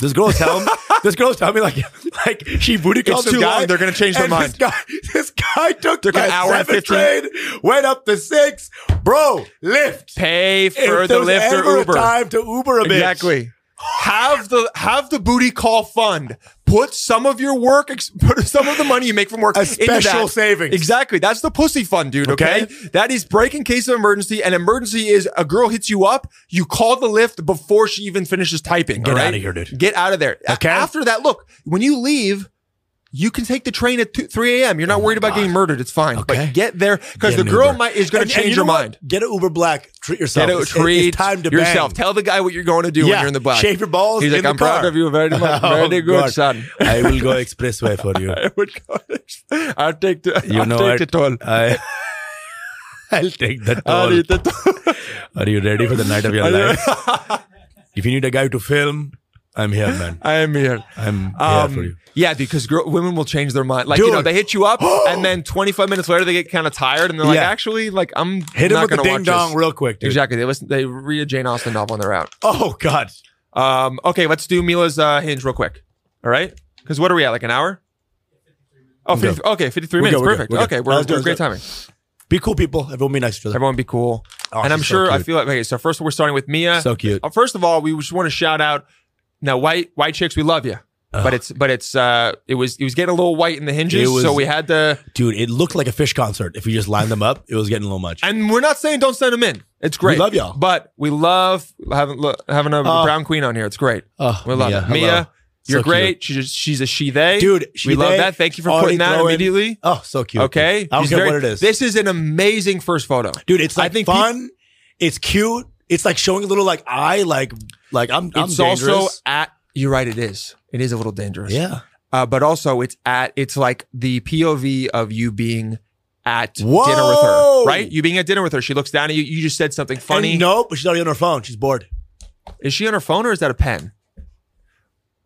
This girl was telling this girl was telling me like like she booty called
It's
this
too
guy.
long. They're gonna change their
and
mind.
This guy, this guy took,
Took an
the
hour and
seventh
15.
train, went up the six, bro. Lyft.
Pay
if
for the
there was
lift
ever
or Uber.
A time to Uber a bitch.
Exactly. Have the have the booty call fund. Put some of your work, ex- put some of the money you make from work,
A
into
special
that.
savings.
Exactly. That's the pussy fund, dude. Okay?
Okay.
that is break in case of emergency. And emergency is a girl hits you up, you call the lift before she even finishes typing.
Get
all right?
outta here, dude.
Get out of there. A-
Okay.
After that, look when you leave. You can take the train at 2, 3 a.m. You're not worried about getting murdered. It's fine.
Oh Okay.
But get there because
Get
the
an
girl
Uber.
might, is going
And-
to
and
change
you
her
know what?
mind.
Get an Uber Black. Treat yourself.
Get a
It's- it-
treat
It's time to
yourself.
Bang.
Tell the guy what you're going to do when
Yeah.
you're in the black.
Shave your balls
He's
in
like,
the
I'm
car."
proud of you very much.
Oh,
very good,
God.
son.
I will go expressway for you.
I would go next. I'll take the,
You
I'll
know
take
it.
the toll.
I, I'll take the
I'll
toll.
eat the toll.
Are you ready for the night of your
Are you-
life? if you need a guy to film, I'm here, man.
I am here.
I'm here for you.
Um, yeah, because girl, women will change their mind. Like you know,
Dude.
they hit you up, and then 25 minutes later, they get kind of tired, and they're like,
Yeah.
"Actually, like I'm
Hit him
not
with the
gonna
ding
watch
dong
this."
real quick, dude.
Exactly. They listen. They read a Jane Austen novel on their out.
Oh God.
Um, okay, let's do Mila's uh, hinge real quick. All right, because what are we at? Like an hour? Oh, 50, okay, 53
We're
minutes.
good, we're good,
Perfect.
we're good.
okay, we're,
Let's do
we're
it,
great
let's do it.
timing.
Be cool, people. Everyone be nice to each other.
Everyone be cool.
Oh,
and I'm
she's so
sure I
cute.
feel like okay. So first, we're starting with Mia.
so cute.
Uh, First of all, we just want to shout out now white white chicks. We love you, but it's but it's uh it was it was getting a little white in the hinges,
It was-
so we had to.
Dude, it looked like a fish concert. If you just lined them up, it was getting a little much.
And we're not saying don't send them in. It's great.
love y'all.
but we love having lo- having a
Oh.
brown queen on here. It's great.
Oh,
we love
Mia,
it.
hello.
Mia,
So
you're
cute.
great. She's she's a she they.
Dude, she,
we love
they
that. Thank you for
already
putting that
throw in-
immediately.
Oh, so cute.
okay,
I don't
She's
care
very-
what it is.
This is an amazing first photo.
dude, it's
I
like
think peop-
fun. it's cute. It's like showing a little like I like like I'm I'm
it's
dangerous.
also at. You're right. It is. It is a little dangerous.
yeah.
uh, but also it's at it's like the POV of you being at
Whoa!
dinner with her, right? You being at dinner with her. She looks down at you. You just said something funny.
And no, but she's already on her phone. She's bored.
Is she on her phone or is that a pen?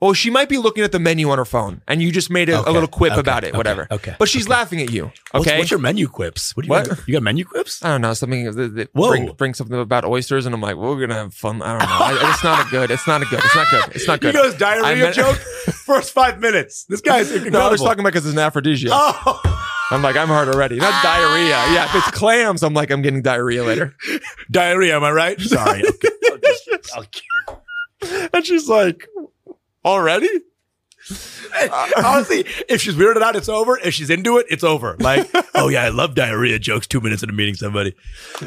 Oh, she might be looking at the menu on her phone, and you just made a, a
Okay,
little quip
okay,
about it,
okay,
whatever.
okay,
but she's laughing at you.
What's,
Okay,
what's your menu quips? What do you
What?
got? You got menu quips?
I don't know something that, that
Whoa.
bring bring something about oysters, and I'm like, we're gonna have fun. I don't know. I, it's not a good. It's not a good. It's not good. It's not
You
good.
know his diarrhea
I meant-
joke? First five minutes. This guy's
No, I
incredible.
was talking about because it's an aphrodisiac.
oh,
I'm like, I'm hard already. Not diarrhea.
Ah.
Yeah, if it's clams, I'm like, I'm getting diarrhea later.
diarrhea. Am I right? Sorry. Okay. I'll just- I'll-
And she's like, already?
uh, Honestly, if she's weirded out, it's over. If she's into it, it's over. Like, oh yeah, I love diarrhea jokes. Two minutes into meeting somebody.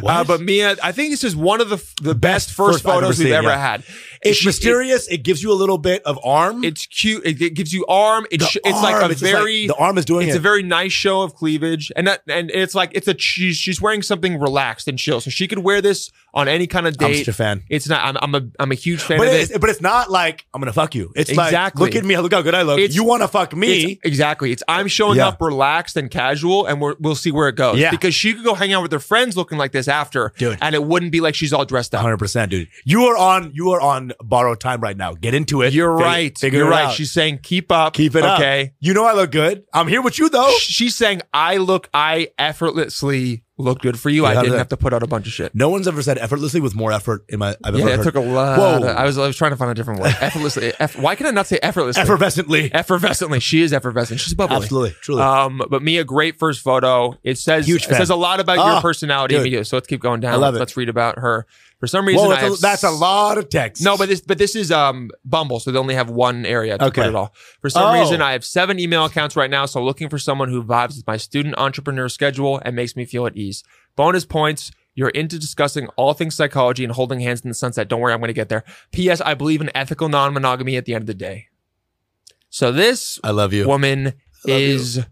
Uh, but Mia, I think this is one of the the best, first
first I've ever
photos we've
seen,
ever
yeah.
had.
it's
She-
mysterious. It, gives you a little bit of arm.
it- it's cute. It, it gives you arm. It
The
sh- it's like
arm,
a
it's just like
very.
the arm is doing
it's
it.
a very nice show of cleavage, and that, and it's like it's a she's she's wearing something relaxed and chill, so she could wear this on any kind of
I'm
date.
such a fan.
It's not. I'm, I'm a I'm a huge fan
But
of
it's,
this.
but it's not like I'm gonna fuck you. It's
Exactly.
like look at me, look how good I look.
It's-
you want to fuck me?
It's- exactly. It's I'm showing
Yeah.
up relaxed and casual, and we're, we'll see where it goes.
Yeah.
Because she could go hang out with her friends looking like this after,
Dude.
and it wouldn't be like she's all dressed up.
100, percent dude. You are on. You are on borrowed time right now. Get into it.
You're
Fig-
right.
Figure
You're
it
right.
out.
She's saying keep up.
keep it up. Oh.
Okay.
You know I look good. I'm here with you though.
Sh- She's saying I look I effortlessly look good for you. I
Yeah,
didn't
that-
have to put out a bunch of shit.
No one's ever said effortlessly with more effort in my. I've
Yeah,
ever
that
heard.
took a lot.
Whoa.
I was I was trying to find a different word. Effortlessly. eff- why can I not say effortlessly?
effervescently.
Effervescently. She is effervescent. She's bubbly.
Absolutely, truly.
Um, but Mia, great first photo. It says
Huge
it
fan.
says a lot about your
Ah,
personality,
dude.
Mia. So let's keep going down.
I love it.
Let's read about her. For some reason,
Whoa,
I have
that's a, that's a lot of text.
No, but this but this is um Bumble, so they only have one area to
Okay.
put it all. For some
Oh.
reason, I have seven email accounts right now, so looking for someone who vibes with my student entrepreneur schedule and makes me feel at ease. Bonus points. You're into discussing all things psychology and holding hands in the sunset. Don't worry, I'm going to get there. P.S. I believe in ethical non-monogamy at the end of the day. So this
I love you.
woman
love you.
is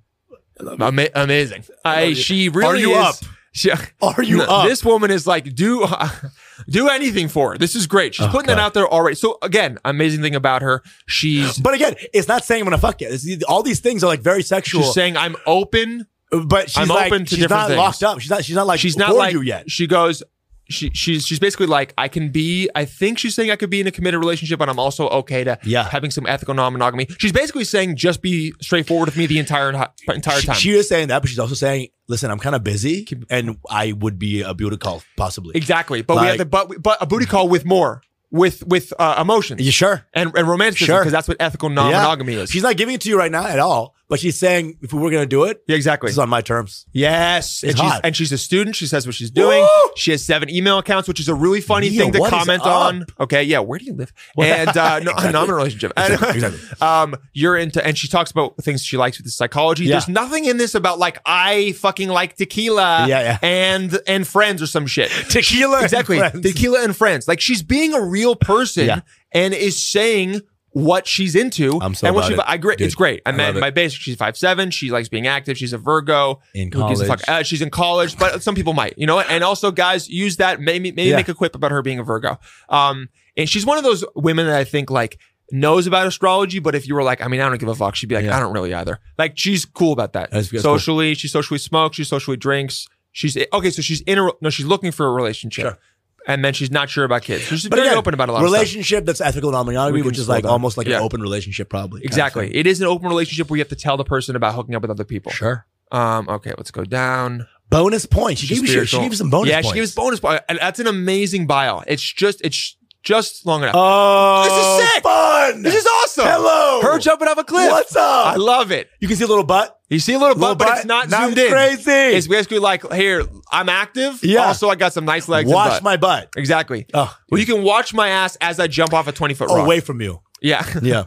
ama- amazing. I,
you.
she really
Are you
is-
up?
She,
Are you
no,
up?
This woman is like, do do anything for her. This is great. She's
Oh,
putting that
God.
out there already. So again, amazing thing about her, she's
but again, it's not saying I'm gonna fuck you. It's- all these things are like very sexual.
she's saying I'm open.
but she's
I'm
like
open to
she's
different
not
things.
locked up. She's not. She's not like
She's not
for
like
you yet.
She goes. She, she's she's basically like I can be I think she's saying I could be in a committed relationship but I'm also okay to
Yeah.
having some ethical non-monogamy. She's basically saying just be straightforward with me the entire entire
She-
time.
She is saying that, but she's also saying, "Listen, I'm kind of busy, and I would be a beauty call possibly."
exactly. But we have
Like-
to but but a booty call with more with with uh, emotions
You sure?
and and romanticism
Sure.
because that's what ethical non-monogamy
Yeah.
is.
She's not giving it to you right now at all, but she's saying, "If we were gonna do it,
yeah, exactly.
this is on my terms."
Yes, and
It's
she's,
hot.
and she's a student. She says what she's doing.
Woo!
She has seven email accounts, which is a really funny
Mia,
thing to
what is
comment
up?
on. Okay, yeah, where do you live? And uh, no,
Exactly.
no, I'm in a relationship.
Exactly, exactly.
Um, you're into, and she talks about things she likes with the psychology.
Yeah.
There's nothing in this about like I fucking like tequila,
Yeah, yeah.
and and friends or some shit.
Tequila, and
exactly,
friends.
tequila and friends. Like she's being a real person
Yeah.
and is saying what she's into.
I'm so
and what
about
she,
it.
I agree.
Dude,
it's great.
I
And then
love it.
my basic, she's five seven. She likes being active. She's a Virgo.
In
Who gives a
college.
fuck? Uh, she's in college, but some people might, you know. And also, guys, use that. Maybe maybe
Yeah.
make a quip about her being a Virgo. Um, and she's one of those women that I think like knows about astrology, but if you were like, I mean, I don't give a fuck, she'd be like,
Yeah.
I don't really either. Like she's cool about that.
That's- that's cool.
socially, she socially smokes. She socially drinks. She's okay, so she's in a no. She's looking for a relationship,
Sure.
and then she's not sure about kids. So she's very
again,
open about a lot of stuff.
relationship that's ethical and
We
non-monogamy,
can
which is
slow
like
down.
almost like
Yeah.
an open relationship, probably. kind of
Exactly.
thing.
It is an open relationship where you have to tell the person about hooking up with other people.
Sure.
Um, okay, let's go down.
Bonus points. She
She's
gave you shit. She
spiritual.
gave you some bonus
yeah,
points.
she gives bonus points. And that's an amazing bio. It's just it's just long enough.
Oh,
This is sick.
Fun.
this is awesome.
Hello.
Her jumping off a cliff.
What's up?
I love it.
you can see a little butt.
You see a little butt,
Little
but
butt.
it's not,
Not
zoomed in.
crazy.
It's basically like, here, I'm active.
Yeah.
Also, I got some nice legs. and
Watch
butt.
my butt
Exactly.
Ugh.
well, you can watch my ass as I jump off a 20 foot rock.
away from you.
Yeah.
Yeah.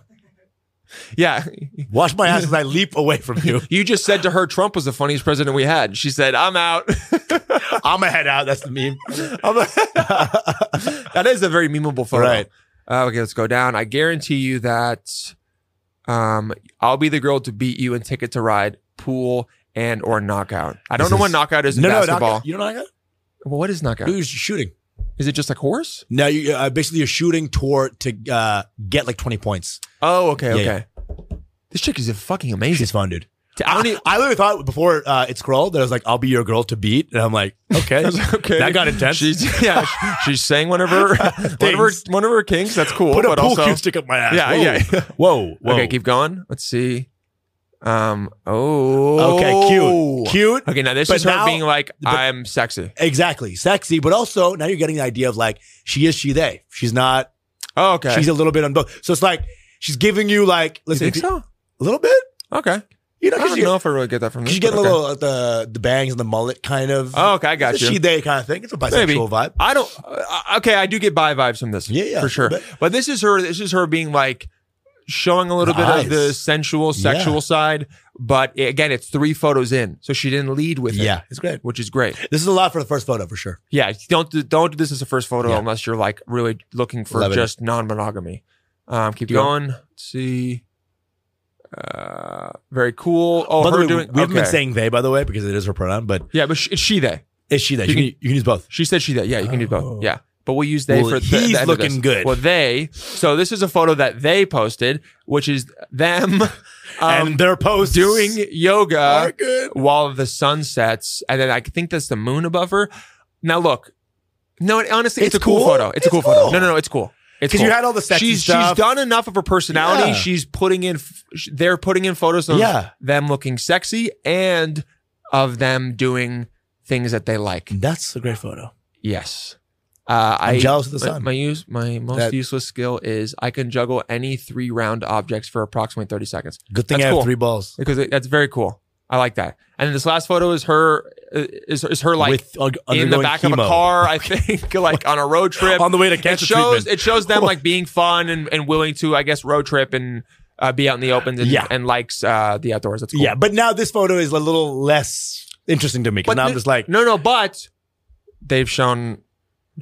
yeah.
Watch my ass as I leap away from you.
You just said to her, Trump was the funniest president we had. She said, I'm out.
I'm gonna head out. That's the meme.
that is a very memeable photo.
Right.
Uh, okay, let's go down. I guarantee you that um, I'll be the girl to beat you in Ticket to Ride, Pool, and or Knockout. I don't
This
know what
is-
Knockout is in
no, no, not
basketball.
gonna- you don't know
well, what is Knockout?
You're shooting.
Is it just like horse?
No, you, uh, basically you're shooting toward to uh, get like 20 points.
Oh, okay,
Yeah,
okay. This chick is fucking amazing.
She's fun, dude.
I don't e- even,
I literally thought before uh, it scrolled that I was like, "I'll be your girl to beat," and I'm like, "Okay,
okay.
that got intense."
She's yeah. she- She's saying one of her one of her
Things.
one of her kinks. That's cool.
Put a
but
pool
also,
cue stick up my ass.
Yeah,
whoa.
yeah.
Whoa, whoa.
Okay, keep going. Let's see. Um. Oh.
Okay, cute, cute.
Okay, now this
But
is her
now-
being like,
but-
I'm sexy.
Exactly, sexy, but also now you're getting the idea of like she is she they. She's not.
Oh, okay.
She's a little bit on both. So it's like she's giving you like
you
listen
think
if you-
so? Mm-hmm.
a little bit.
Okay.
You know,
I
because
don't know
you,
if I really get that from
'cause
this.
you get a
but
little uh, the the bangs and the mullet kind of.
Okay. Oh, okay, I got
It's a
you.
She they kind of thing. It's a bisexual
Maybe.
vibe.
I don't. Uh, okay, I do get bi vibes from this.
Yeah, yeah,
for sure.
but-
But this is her. This is her being like showing a little
The
bit of the
eyes.
sensual,
Yeah.
sexual side. But again, it's three photos in, so she didn't lead with it.
Yeah, it's great.
which is great.
This is a lot for the first photo for sure.
Yeah, don't do, don't do this as a first photo
Yeah.
unless you're like really looking for
Love it.
just non monogamy. Um, keep
Keep
going. Let's see. Uh, very cool. Oh,
by the
her
way,
doing.
we haven't been
okay.
saying they by the way because it is her pronoun, but
Yeah, but she, it's she they.
is she they?
You
You,
can-
can, you can use both.
She said she that. Yeah, you can do
Oh.
both. Yeah. But we'll use they
Well,
for the, the
he's
end of
looking
this.
good.
Well, they. So this is a photo that they posted, which is them um,
and their posts
doing yoga
are good.
while the sun sets, and then I think that's the moon above her. Now look, no, it, honestly, it's,
It's
a cool,
cool.
photo. It's, a
It's
cool,
cool.
photo. No, no, no, it's cool. It's
Because
cool.
you had all the sexy
she's
stuff.
she's done enough of her personality.
Yeah.
She's putting in. f- sh- They're putting in photos of
Yeah.
them looking sexy and of them doing things that they like.
That's a great photo.
Yes. Uh,
I'm
I
jealous of the
my,
sun.
My use my most
That-
useless skill is I can juggle any three round objects for approximately thirty seconds
Good thing
That's
I have
cool.
three balls.
because it, that's very cool. I like that. And then this last photo is her is is her like
With uh,
in the
undergoing
back of a
chemo.
car, I think, like on a road trip.
on the way to
it
cancer
shows
treatment.
it shows them like being fun and, and willing to I guess road trip and uh, be out in the open and,
Yeah.
and likes uh, the outdoors. That's cool.
Yeah, but now this photo is a little less interesting to me because
But
now
the-
I'm just like,
No, no, but they've shown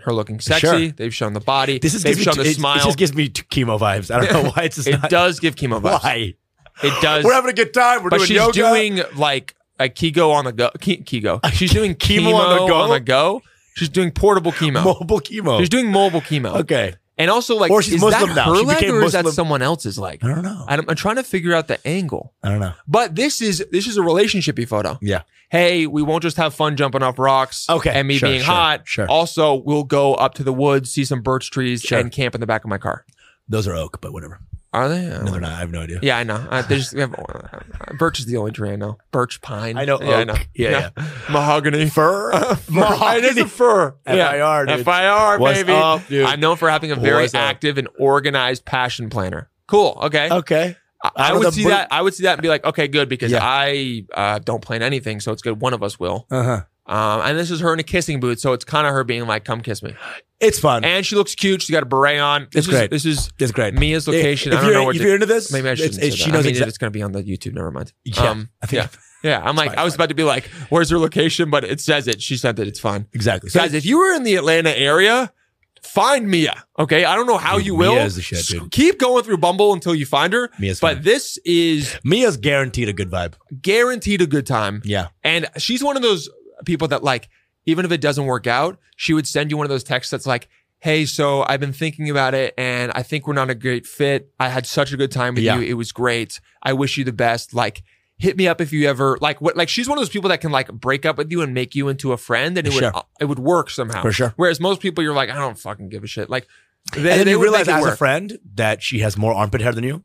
her looking sexy.
Sure.
They've shown the body.
this is
they've
gives me
shown
t-
the
it,
smile.
It just gives me t- chemo vibes. I don't know why it's just
it
not.
does give chemo vibes.
Why?
It does.
We're having a good time. We're
but
doing
she's
yoga.
doing like a Kigo on the go. Ki- Kigo. She's doing chemo,
Chemo on the go?
on the go. She's doing portable chemo.
mobile chemo.
she's doing mobile chemo.
okay,
And also, like,
Or she's
is
Muslim
that
now.
her
She
leg
became
or is that
Muslim.
someone else's leg?
I don't know.
I'm, I'm trying to figure out the angle.
I don't know.
But this is this is a relationshipy photo.
Yeah.
Hey, we won't just have fun jumping off rocks.
Okay,
And me
sure,
being
sure,
hot.
sure.
Also, we'll go up to the woods, see some birch trees,
Sure.
and camp in the back of my car.
Those are oak, but whatever.
Are they?
No, they're not. I have no idea.
Yeah, I know. Uh, there's we have, uh, birch is the only tree I know. Birch pine.
I know
Yeah, I
oak.
know.
Yeah,
Mahogany.
Fur.
Mahogany. It is a fur.
FIR, dude.
FIR,
What's
baby.
up, dude?
I'm known for having a very
What's up?
active and organized passion planner. Cool. Okay.
Okay.
I, I
out of
would
the
see
blue-
that. I would see that and be like, okay, good, because
Yeah.
I uh, don't plan anything, so it's good. One of us will.
Uh huh.
Um, and this is her in a kissing booth, so it's kind of her being like, "Come kiss me."
It's fun.
And she looks cute. She's got a beret on. This
It's
is,
great.
This is
it's great.
Mia's location.
If
I don't
you're-
know what
if
to-
you're into this,
Maybe I
it's-
shouldn't.
it's-
say
she
that.
knows
I mean,
exact-
it's going to be on the YouTube. Never mind.
Yeah,
Um,
I think
yeah. Yeah, I'm like,
fine,
I was
fine.
about to be like, where's her location? But it says it. She sent it. It's fine.
exactly. So
Guys, if you were in the Atlanta area, Find Mia. Okay. I don't know how
Dude,
you will.
Mia is the shit, dude.
Keep going through Bumble until you find her.
Mia's
but
fine.
this is
Mia's guaranteed a good vibe.
guaranteed a good time.
Yeah.
And she's one of those people that like, even if it doesn't work out, she would send you one of those texts that's like, Hey, so I've been thinking about it and I think we're not a great fit. I had such a good time with
Yeah.
you. It was great. I wish you the best. Like, hit me up if you ever like what like she's one of those people that can like break up with you and make you into a friend and it
Sure.
would it would work somehow.
For sure.
Whereas most people you're like, I don't fucking give a shit. Like they,
and then
they
you
would
realize
make it
as a
work.
friend that she has more armpit hair than you.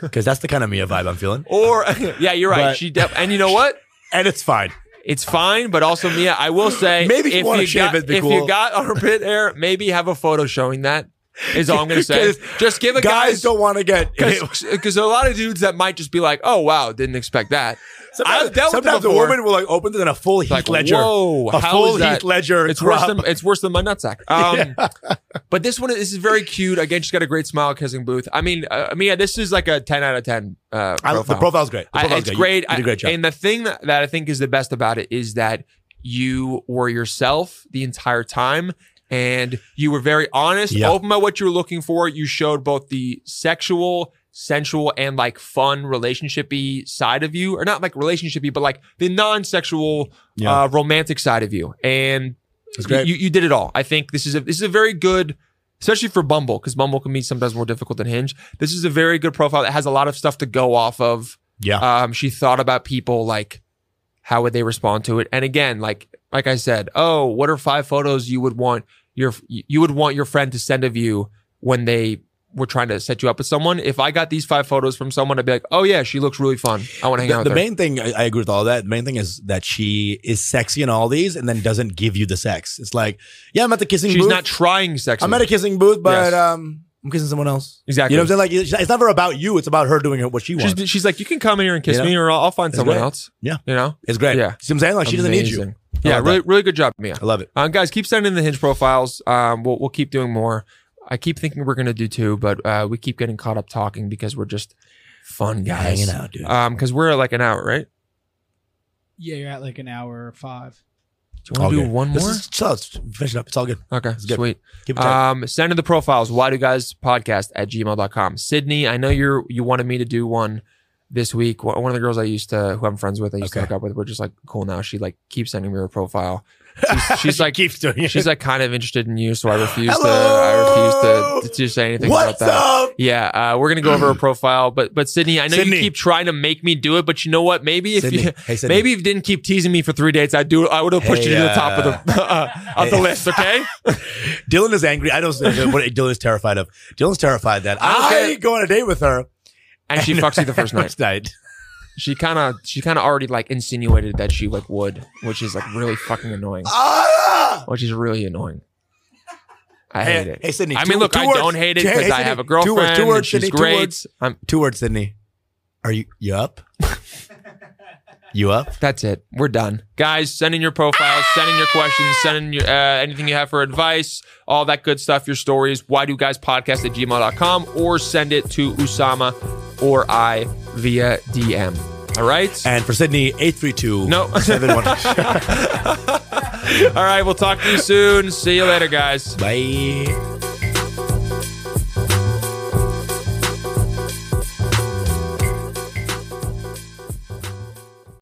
Because that's the kind of Mia vibe I'm feeling.
Or yeah, you're right.
But-
she def- and you know what?
And it's fine.
It's fine, but also Mia, I will say
Maybe if you wanna
you
shave
got,
it, be
if
cool.
you got armpit hair, maybe have a photo showing that. Is all I'm gonna say.
'Cause
Just give a
guys,
guys
don't want to get
because there are a lot of dudes that might just be like, "Oh wow, didn't expect that."
Sometimes,
I've dealt with it
sometimes a
before.
woman will like open this in a full Heath
It's like,
Ledger.
whoa,
a
how
full
is that?
Heath Ledger.
It's worse
crop.
than it's worse than my nutsack. Um, but this one this is very cute. Again, she's got a great smile, kissing booth. I mean, uh, Mia, this is like a ten out of ten. Uh,
I,
profile.
the profile's great. The
I-
profile's
it's
You-
great.
You did a great job.
I- and the thing that, that I think is the best about it is that you were yourself the entire time and you were very honest,
Yeah.
open about what you were looking for. You showed both the sexual, sensual, and like fun relationshipy side of you, or not like relationshipy, but like the non-sexual,
Yeah.
uh, romantic side of you. And
It's great.
you, you did it all. I think this is a this is a very good, especially for Bumble, because Bumble can be sometimes more difficult than Hinge. This is a very good profile that has a lot of stuff to go off of
yeah.
um, she thought about people like how would they respond to it and again like like i said oh what are five photos you would want your you would want your friend to send of you when they were trying to set you up with someone if i got these five photos from someone i'd be like oh yeah she looks really fun i want to hang
the,
out
the
with her
main thing I, I agree with all that. The main thing is that she is sexy in all these, and then doesn't give you the sex. It's like, yeah, I'm at the kissing.
she's
booth.
not trying sex
I'm
with
at a
you.
kissing booth, but
Yes.
um, I'm kissing someone else.
exactly
You know what I'm saying? Like, it's it's never about you. It's about her doing what she wants.
she's, she's like you can come in here and kiss
You know?
me or i'll, I'll find
That's
someone
great.
else
Yeah.
you know
it's great.
Yeah.
See what I'm saying? Like, she doesn't need you.
Amazing. yeah
love
really
that.
really good job mia
I love it.
Um, guys, keep sending the hinge profiles. Um, we'll, we'll keep doing more. I keep thinking we're gonna do two, but uh, we keep getting caught up talking because we're just fun guys.
Hanging out, dude.
Um, because we're at like an hour, right?
Yeah, you're at like an hour five.
Do you want to
Okay.
do one
This
more?
is- chill out. Finish it up. It's all good.
okay,
good.
sweet.
Keep it tight.
Um, send in the profiles. Why do guys podcast at gmail.com. Sydney, I know you're you wanted me to do one this week. One one of the girls I used to who I'm friends with, I used to
Okay.
hook up with, we're just like cool now. She like keeps sending me her profile. She's, she's like
keeps doing it.
she's like kind of interested in you, so I refuse to I
Hello?
refuse to, to say anything about
What's
that.
up?
Yeah, uh, we're gonna go over her profile, but but Sydney, I know
Sydney.
you keep trying to make me do it, but you know what? Maybe if
Sydney.
you
Hey, Sydney.
maybe if you didn't keep teasing me for three dates, I do I would have pushed
Hey,
you to the
uh,
top of the uh, of the
hey.
list. Okay,
Dylan is angry. I know what Dylan is terrified of. Dylan's terrified that
I don't
I,
care.
go on a date with her.
and she fucks you the first night.
First night.
She kind of she kind of already like insinuated that she like would, which is like really fucking annoying.
Ah!
Which is really annoying. I
Hey,
hate it.
hey, Sydney,
I
two-
mean, look,
two
I
words.
don't hate it
Hey,
because I
Sydney,
have a
two words, two
girlfriend. and
words,
she's
Sydney, two
great.
words.
I'm,
Two words, Sydney. Are you you up? you up?
That's it. We're done. Guys, send in your profiles, send in your questions, send in your, uh, anything you have for advice, all that good stuff, your stories. Why do guys podcast at gmail.com or send it to Usama or I via DM. All right.
And for Sydney, eight three two.
No.
seven one.
all right. We'll talk to you soon. See you later, guys.
Bye.